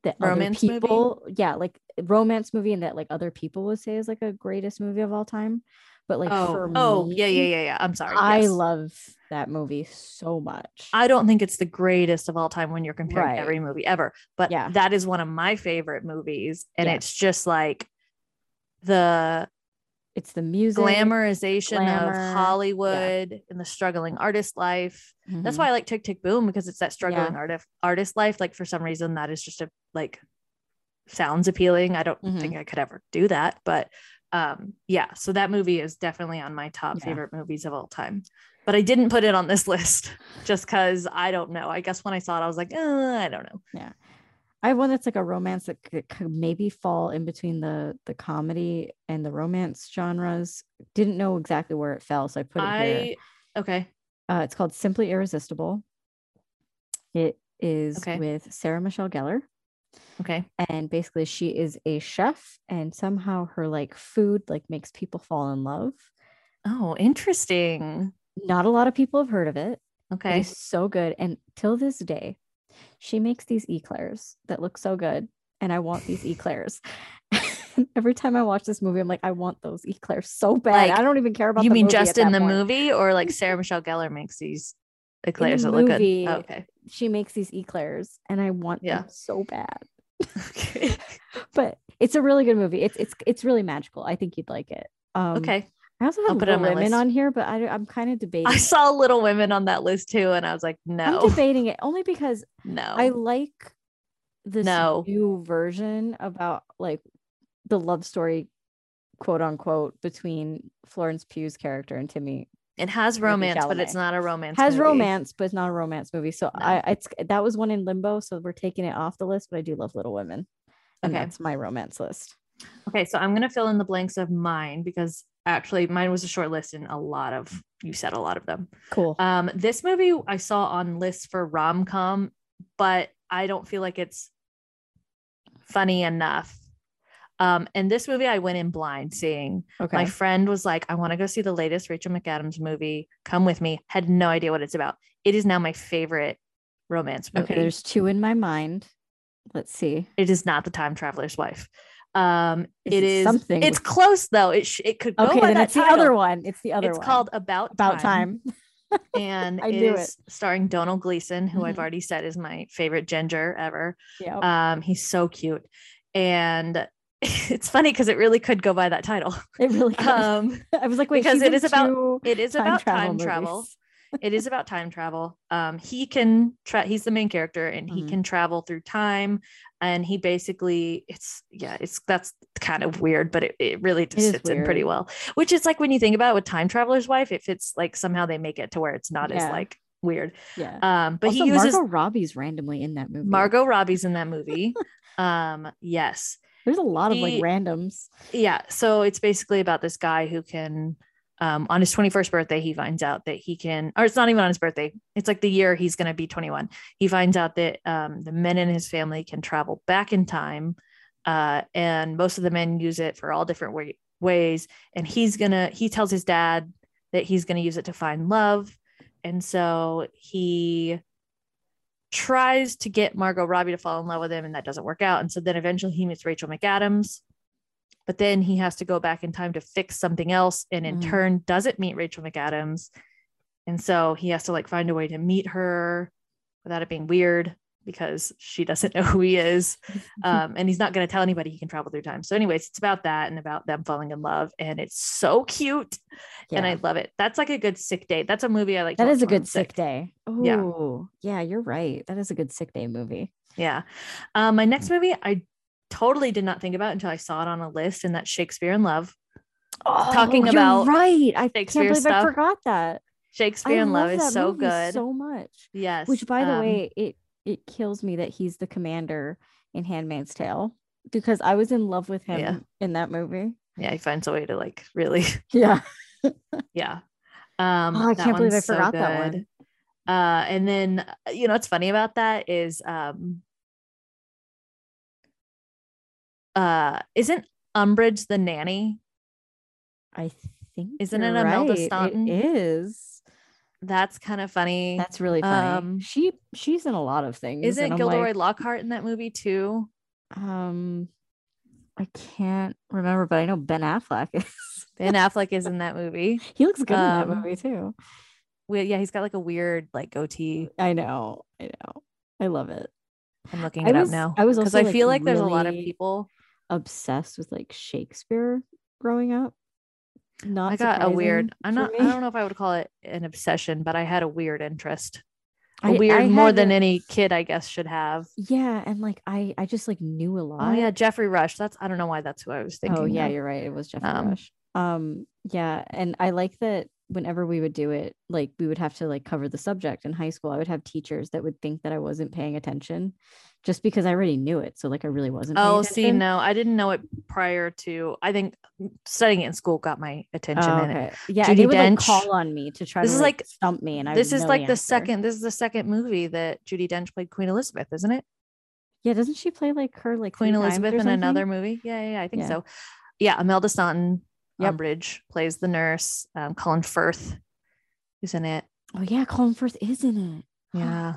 that
Romance
other
movie?
people yeah like romance movie and that like other people would say is like a greatest movie of all time. But like
oh,
for
oh,
me,
yeah, yeah, yeah, yeah. I'm sorry.
I
yes.
love that movie so much.
I don't think it's the greatest of all time when you're comparing
Right.
every movie ever, but
Yeah.
that is one of my favorite movies, and
Yeah.
it's just like the
it's the music.
glamorization
glamour,
of Hollywood and the struggling artist life.
Mm-hmm.
That's why I like Tick Tick Boom because it's that struggling artist artist life. Like for some reason that is just a like sounds appealing. I don't
Mhm.
think I could ever do that, but um yeah, so that movie is definitely on my top
Yeah.
favorite movies of all time. But I didn't put it on this list just cuz I don't know. I guess when I saw it I was like, uh, I don't know.
I have one that's like a romance that c- could maybe fall in between the the comedy and the romance genres. Didn't know exactly where it fell, so I put it here.
I okay.
Uh, it's called Simply Irresistible. It is
Okay.
with Sarah Michelle Gellar.
Okay.
And basically, she is a chef, and somehow her like food like makes people fall in love.
Oh, interesting.
Not a lot of people have heard of it. It
Okay.
is so good, and till this day, she makes these eclairs that look so good, and I want these eclairs. Every time I watch this movie, I'm like, I want those eclairs so bad.
Like,
I don't even care about.
You
the
mean
movie
just
at
in
that
the
point.
movie or like Sarah Michelle Gellar makes these? Eclairs
the
that look
movie-
good. Oh, okay.
She makes these eclairs and I want
Yeah.
them so bad.
okay.
But it's a really good movie. It's it's it's really magical. I think you'd like it. Um,
Okay.
I also
I'll
have
put it on
Little
my
Women
list.
on here, but I, I'm kind of debating.
I saw Little Women on that list too, and I was like,
I'm
no,
debating it only because
no.
I like this
No.
new version about like the love story, quote unquote, between Florence Pugh's character and Timmy.
it has
Timothée
romance, but
Chalamet.
it's not a romance.
Has
movie.
romance, but it's not a romance movie. So I it's that was one in limbo, so we're taking it off the list. But I do love Little Women, and
Okay.
that's my romance list.
Okay, so I'm gonna fill in the blanks of mine because actually mine was a short list, and a lot of you said a lot of them.
Cool.
Um, this movie I saw on lists for rom com, but I don't feel like it's funny enough. Um, and this movie I went in blind seeing.
okay.
My friend was like, I want to go see the latest Rachel McAdams movie. Come with me. Had no idea what it's about. It is now my favorite romance movie.
okay. There's two in my mind. Let's see.
it is not the time traveler's wife. Um,
Is
it
it
is
something
It's
with-
close though. It sh- it could go
Okay,
by
then
Oh, that
it's the other
title.
one. It's the other
it's
one.
called About
About Time.
and
I
it
knew
is starring Donald Gleason, who I've
Mhm.
already said is my favorite ginger ever.
Yeah.
Um, he's so cute, and it's funny because it really could go by that title.
it really. could.
Um,
I was like, wait,
because
she's
it
in
is about-
two
it is
time
about
travel
time travel.
movies.
it is about time travel. Um, he can tra- he's the main character and he
Mhm.
can travel through time. And he basically it's yeah, it's that's kind of weird, but it, it really just
is
fits in pretty
weird.
well. Which is like when you think about it with time traveler's wife, it fits like somehow they make it to where it's not
Yeah.
as like weird.
Yeah.
Um, but
also,
he uses
Margot Robbie's randomly in that movie.
Margot Robbie's in that movie. um, yes.
There's a lot of like
He-
randoms.
Yeah. So it's basically about this guy who can, um, on his 21st birthday, he finds out that he can, or it's not even on his birthday. It's like the year he's going to be 21. He finds out that um, the men in his family can travel back in time. Uh, and most of the men use it for all different wa- ways. And he's going to, he tells his dad that he's going to use it to find love. And so he tries to get Margot Robbie to fall in love with him, and that doesn't work out. And so then eventually he meets Rachel McAdams, but then he has to go back in time to fix something else, and in
Mhm.
turn doesn't meet Rachel McAdams. And so he has to like find a way to meet her without it being weird because she doesn't know who he is.
Hmm.
Um, and he's not going to tell anybody he can travel through time. So, anyways, it's about that and about them falling in love. And it's so cute and I
Yeah.
love it. That's like a good sick date. That's a movie I like. to
that
watch
is a
when I'm
good sick day.
Yeah.
Oh, yeah, you're right. That is a good sick day movie.
Yeah. Um, my
Hmm.
next movie I totally did not think about until I saw it on a list, and that's Shakespeare in Love. Talking
Oh, you're
about
right. I can't
Shakespeare
believe I
stuff.
forgot that.
Shakespeare
I
in Love,
that
is so
movie
good.
so much.
yes.
Which, by the
um,
way, it it kills me that he's the commander in Handmaid's Tale because I was in love with him
Yeah.
in that movie.
yeah, he finds a way to like really,
Yeah,
yeah. Um,
Oh, I
that
can't believe I
one's so
forgot that one.
good. Uh, and then uh, you know what's funny about that is, um, uh, isn't Umbridge the nanny?
I think
Isn't
you're
it Imelda
right.
Staunton?
It is.
That's kind of funny.
That's really funny.
Um,
she she's in a lot of things. and
isn't
I'm
Gilderoy
like,
Lockhart in that movie too?
Um, I can't remember, but I know Ben Affleck is.
Ben Affleck is in that movie.
he looks good in that
Um,
movie too.
We, yeah, he's got like a weird like goatee.
I know, I know, I love it.
I'm looking
I
it
was-
up now
I was
because
also,
I
like,
feel like there's a lot of
really
people.
Obsessed with like Shakespeare growing up. Not
I got a weird.
surprising
I'm
for
not. I
me.
don't know if I would call it an obsession, but I had a weird interest. A
I-
weird
I
more
had
than
a-
any kid, I guess, should have.
Yeah, and like I, I just like knew a lot.
Oh yeah, Jeffrey Rush. That's. I don't know why that's who I was thinking.
Oh yeah,
of.
you're right. It was Jeffrey
Um,
Rush. Um, yeah, and I like that whenever we would do it, like we would have to like cover the subject in high school. I would have teachers that would think that I wasn't paying attention just because I already knew it. So like I really wasn't. paying
Oh, see,
attention.
no, I didn't know it prior to. I think studying it in school got my attention
Oh,
in it.
okay. Yeah, and
Judi
they would like
Dench.
call on me to try
This
to
is,
like,
like-
stump me, and I
this
would
is
know
like the
answer.
second. This is the second movie that Judy Dench played Queen Elizabeth, isn't it?
Yeah, doesn't she play like her like
Queen
three times
Elizabeth
or
in
something?
another movie. Yeah, yeah, yeah, I think
Yeah.
so. Yeah, Imelda Staunton,
Yep.
Umbridge plays the nurse. Um, Colin Firth is in it.
Oh yeah, Colin Firth is in it.
Yeah.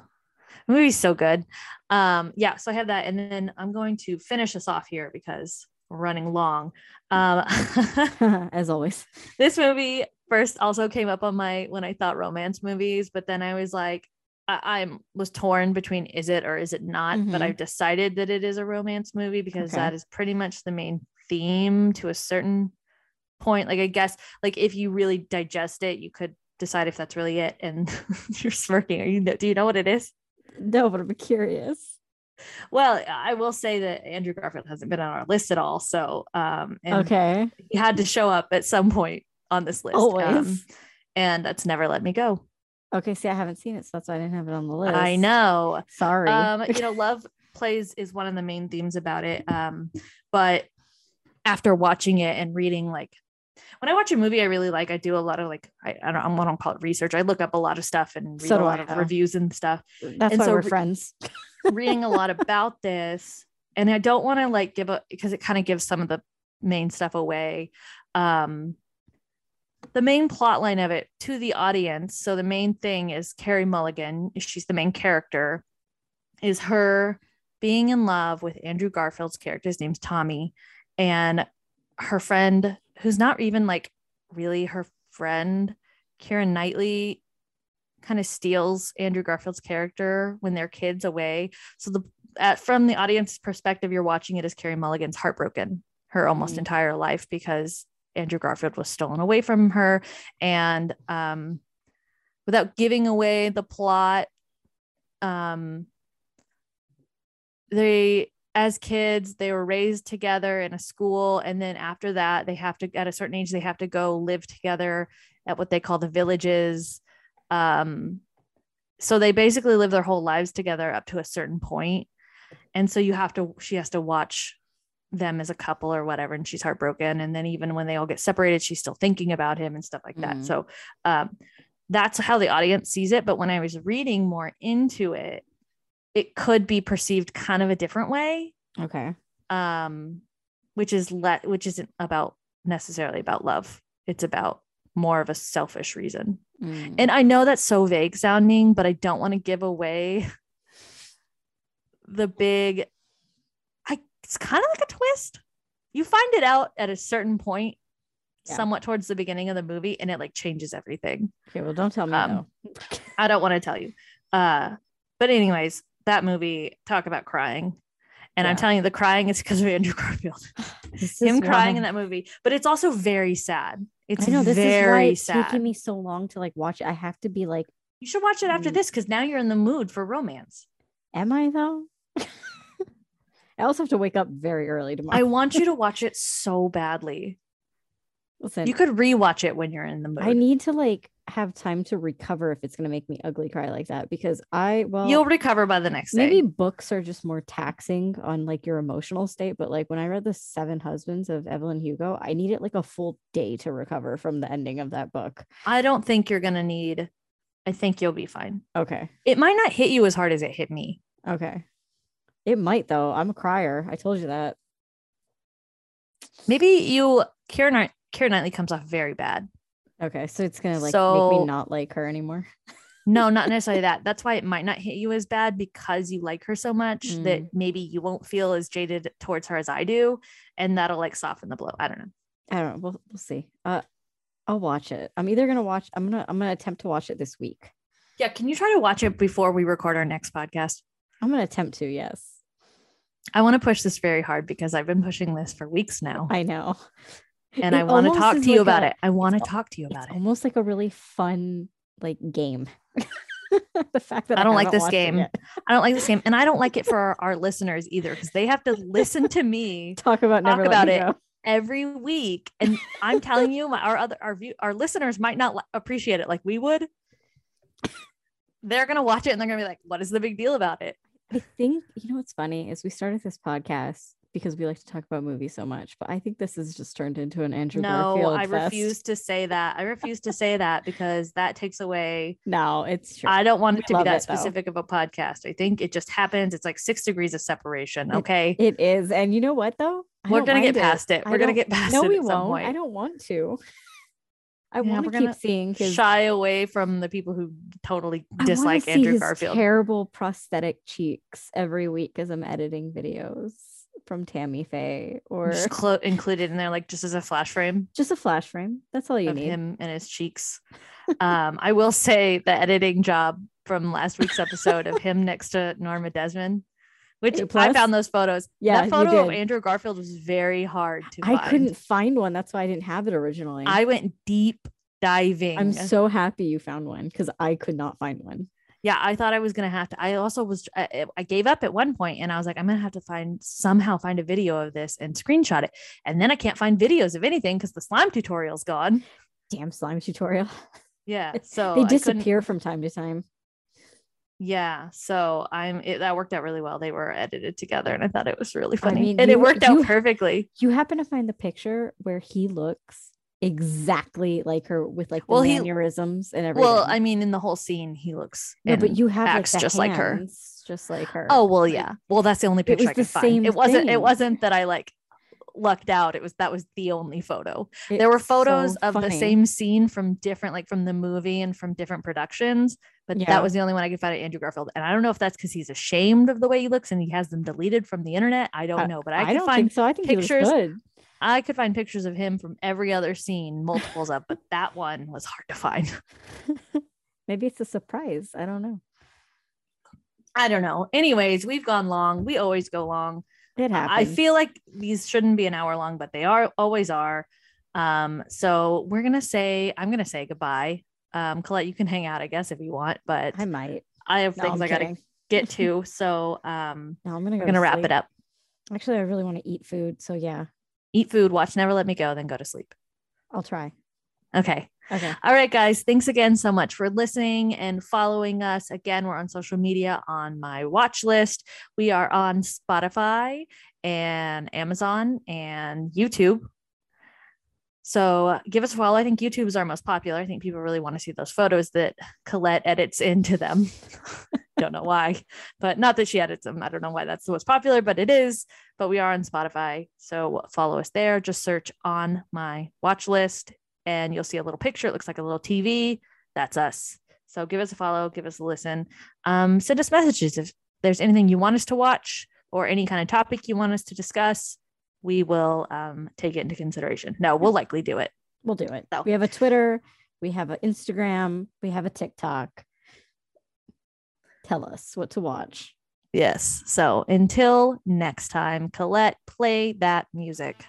The movie's so good. Um, yeah, so I have that. And then I'm going to finish us off here because we're running long. Um,
As always.
this movie first also came up on my when I thought romance movies, but then I was like, I, I'm was torn between is it or is it not, but
Mhm.
I've decided that it is a romance movie because
Okay.
that is pretty much the main theme to a certain point. Like I guess like if you really digest it, you could decide if that's really it. And you're smirking. Are you do you know what it is?
No, but I'm curious.
Well, I will say that Andrew Garfield hasn't been on our list at all. So um and
Okay.
he had to show up at some point on this list.
Always.
um, and that's never let me go.
okay. See, I haven't seen it, so that's why I didn't have it on the list.
I know.
Sorry.
Um, you know, love plays is one of the main themes about it. Um, but after watching it and reading, like when I watch a movie I really like, I do a lot of like I, I don't I'm what I'll call it research. I look up a lot of stuff and read
So
a
do
lot
I,
of
though.
reviews and stuff.
that's
and
why
so
we're
re-
friends.
reading a lot about this and i don't want to like give up because it kind of gives some of the main stuff away um the main plot line of it to the audience so the main thing is carrie mulligan she's the main character is her being in love with andrew garfield's character his name's tommy and her friend who's not even like really her friend kieran knightley kind of steals andrew garfield's character when they're kids away so the at, from the audience's perspective, you're watching it as Carrie Mulligan's heartbroken her almost
Mhm.
entire life because Andrew Garfield was stolen away from her. And um, without giving away the plot, um, they as kids they were raised together in a school and then after that they have to at a certain age they have to go live together at what they call the villages um so they basically live their whole lives together up to a certain point and so you have to she has to watch them as a couple or whatever and she's heartbroken and then even when they all get separated she's still thinking about him and stuff like that
Mhm.
so um that's how the audience sees it but when i was reading more into it it could be perceived kind of a different way
Okay.
um which is let which isn't about necessarily about love it's about more of a selfish reason
Mm.
and I know that's so vague sounding, but I don't want to give away the big I it's kind of like a twist. You find it out at a certain point,
Yeah.
somewhat towards the beginning of the movie, and it like changes everything.
okay. Well, don't tell me
um,
no.
I don't want to tell you. Uh, but anyways, that movie, talk about crying. And I'm
Yeah.
telling you, the crying is because of Andrew Garfield.
This
Him
is
crying
why-
in that movie, but it's also very sad. It's
I know this is why
very
it's
sad.
taking me so long to like watch. It. I have to be like,
you should watch it after
Mm.
this because now you're in the mood for romance.
am I though? I also have to wake up very early tomorrow.
I want you to watch it so badly.
Listen,
You could rewatch it when you're in the mood.
I need to like have time to recover if it's gonna make me ugly cry like that because I well
You'll recover by the next
maybe
day.
books are just more taxing on like your emotional state, but like when I read the Seven Husbands of Evelyn Hugo, I needed like a full day to recover from the ending of that book.
I don't think you're gonna need. I think you'll be fine.
Okay,
It might not hit you as hard as it hit me.
okay. It might though. I'm a crier. I told you that.
Maybe you, Karen, Knight- Karen Knightley comes off very bad.
Okay, so it's gonna like make
So-
me not like her anymore.
No, not necessarily that. That's why it might not hit you as bad because you like her so much that
Mm.
maybe you won't feel as jaded towards her as I do, and that'll like soften the blow. I don't know.
I don't know. We'll we'll see. Uh, I'll watch it. I'm either gonna watch. I'm gonna I'm gonna attempt to watch it this week.
Yeah, can you try to watch it before we record our next podcast?
I'm gonna attempt to. Yes,
I want to push this very hard because I've been pushing this for weeks now.
I know.
and
It
I want to
almost
talk
is
to you
like
about
a-
it. I want to
it's al-
talk to you
It's
about it.
almost like a really fun like game. the fact that
I don't like
haven't
this
watched it
game.
yet.
I don't like this game, and I don't like it for our, our listeners either because they have to listen to me
Talk about
Talk
never
about
about
it. every week, and I'm telling you, my, our other our view our listeners might not li- appreciate it like we would. They're gonna watch it and they're gonna be like, "What is the big deal about it?"
I think you know what's funny is we started this podcast because we like to talk about movies so much, but I think this has just turned into an Andrew
no,
Garfield
I
fest.
refuse to say that. I refuse to say that because that takes away.
No, it's true.
I don't want
We
it to be
love
that
it, though.
specific of a podcast. I think it just happens. It's like six degrees of separation.
It-
Okay,
it is, and you know what though? I
we're
don't
gonna
mind
get
it.
past it.
I
We're gonna
don't-
get past
No,
it.
we
at some
won't.
point.
I don't want to. I
Yeah,
want
we're
to
gonna
keep seeing because
shy away from the people who totally
I wanna
dislike
see
Andrew
his
Garfield.
Terrible prosthetic cheeks every week as I'm editing videos. from Tammy Faye or
Just clo- included in there, like just as a flash frame
just a flash frame. That's all you
of
need.
him and his cheeks. um, I will say the editing job from last week's episode of him next to Norma Desmond, which
A
I
plus?
found those photos.
Yeah,
that
you
photo of
did.
Andrew Garfield was very hard to
I
find.
couldn't find one. That's why I didn't have it originally.
I went deep diving.
I'm so happy you found one because I could not find one.
yeah, I thought I was gonna have to. I also was. I, I gave up at one point, and I was like, I'm gonna have to find somehow find a video of this and screenshot it. And then I can't find videos of anything because the slime tutorial's gone.
Damn slime tutorial.
Yeah,
they
so Oh, I couldn't-
disappear from time to time.
Yeah, so I'm it, that worked out really well. They were edited together, and I thought it was really funny,
mean,
and
you-
it worked out
you-
perfectly.
You happen to find the picture where he looks exactly like her with like the
Well, he-
mannerisms and everything.
Well, I mean, in the whole scene, he looks.
no, but
and-
you have
acts
like, the
just like her.
hands just like her.
Oh well, yeah. Well, that's the only picture
was
I could
the
find.
same
it wasn't.
thing.
It wasn't that I like lucked out. It was that was the only photo. there were
It's so
photos of the
funny.
same scene from different, like from the movie and from different productions, but
Yeah.
that was the only one I could find of Andrew Garfield. And I don't know if that's because he's ashamed of the way he looks and he has them deleted from the internet. I don't know, but I,
I
could
don't
find
think so. I think
pictures.
He was good.
I could find pictures of him from every other scene, multiples of, but that one was hard to find.
Maybe it's a surprise. I don't know.
I don't know. Anyways, we've gone long. We always go long.
It happens.
I feel like these shouldn't be an hour long, but they are always are. Um, so we're gonna say I'm gonna say goodbye. Um, Colette, you can hang out, I guess, if you want, but
I might.
I have
No,
things
I'm
I gotta
kidding.
get to. So um,
No, I'm gonna go
we're
to
gonna wrap
sleep.
it up.
Actually, I really want to eat food, so yeah,
Eat food, watch Never Let Me Go, then go to sleep.
I'll try.
Okay.
Okay.
All right, guys. Thanks again so much for listening and following us. Again, we're on social media on my watch list. We are on Spotify and Amazon and YouTube. So give us a follow. I think YouTube is our most popular. I think people really want to see those photos that Colette edits into them. don't know why, but not that she edits them. I don't know why that's the most popular, but it is. But we are on Spotify. So follow us there. Just search on my watch list and you'll see a little picture. It looks like a little TV. That's us. So give us a follow, give us a listen. Um, send us messages if there's anything you want us to watch or any kind of topic you want us to discuss. We will um, take it into consideration. No, we'll likely do it.
We'll do it.
So-
We have a Twitter, we have an Instagram, we have a TikTok. Tell us what to watch.
Yes. So until next time, Colette, play that music.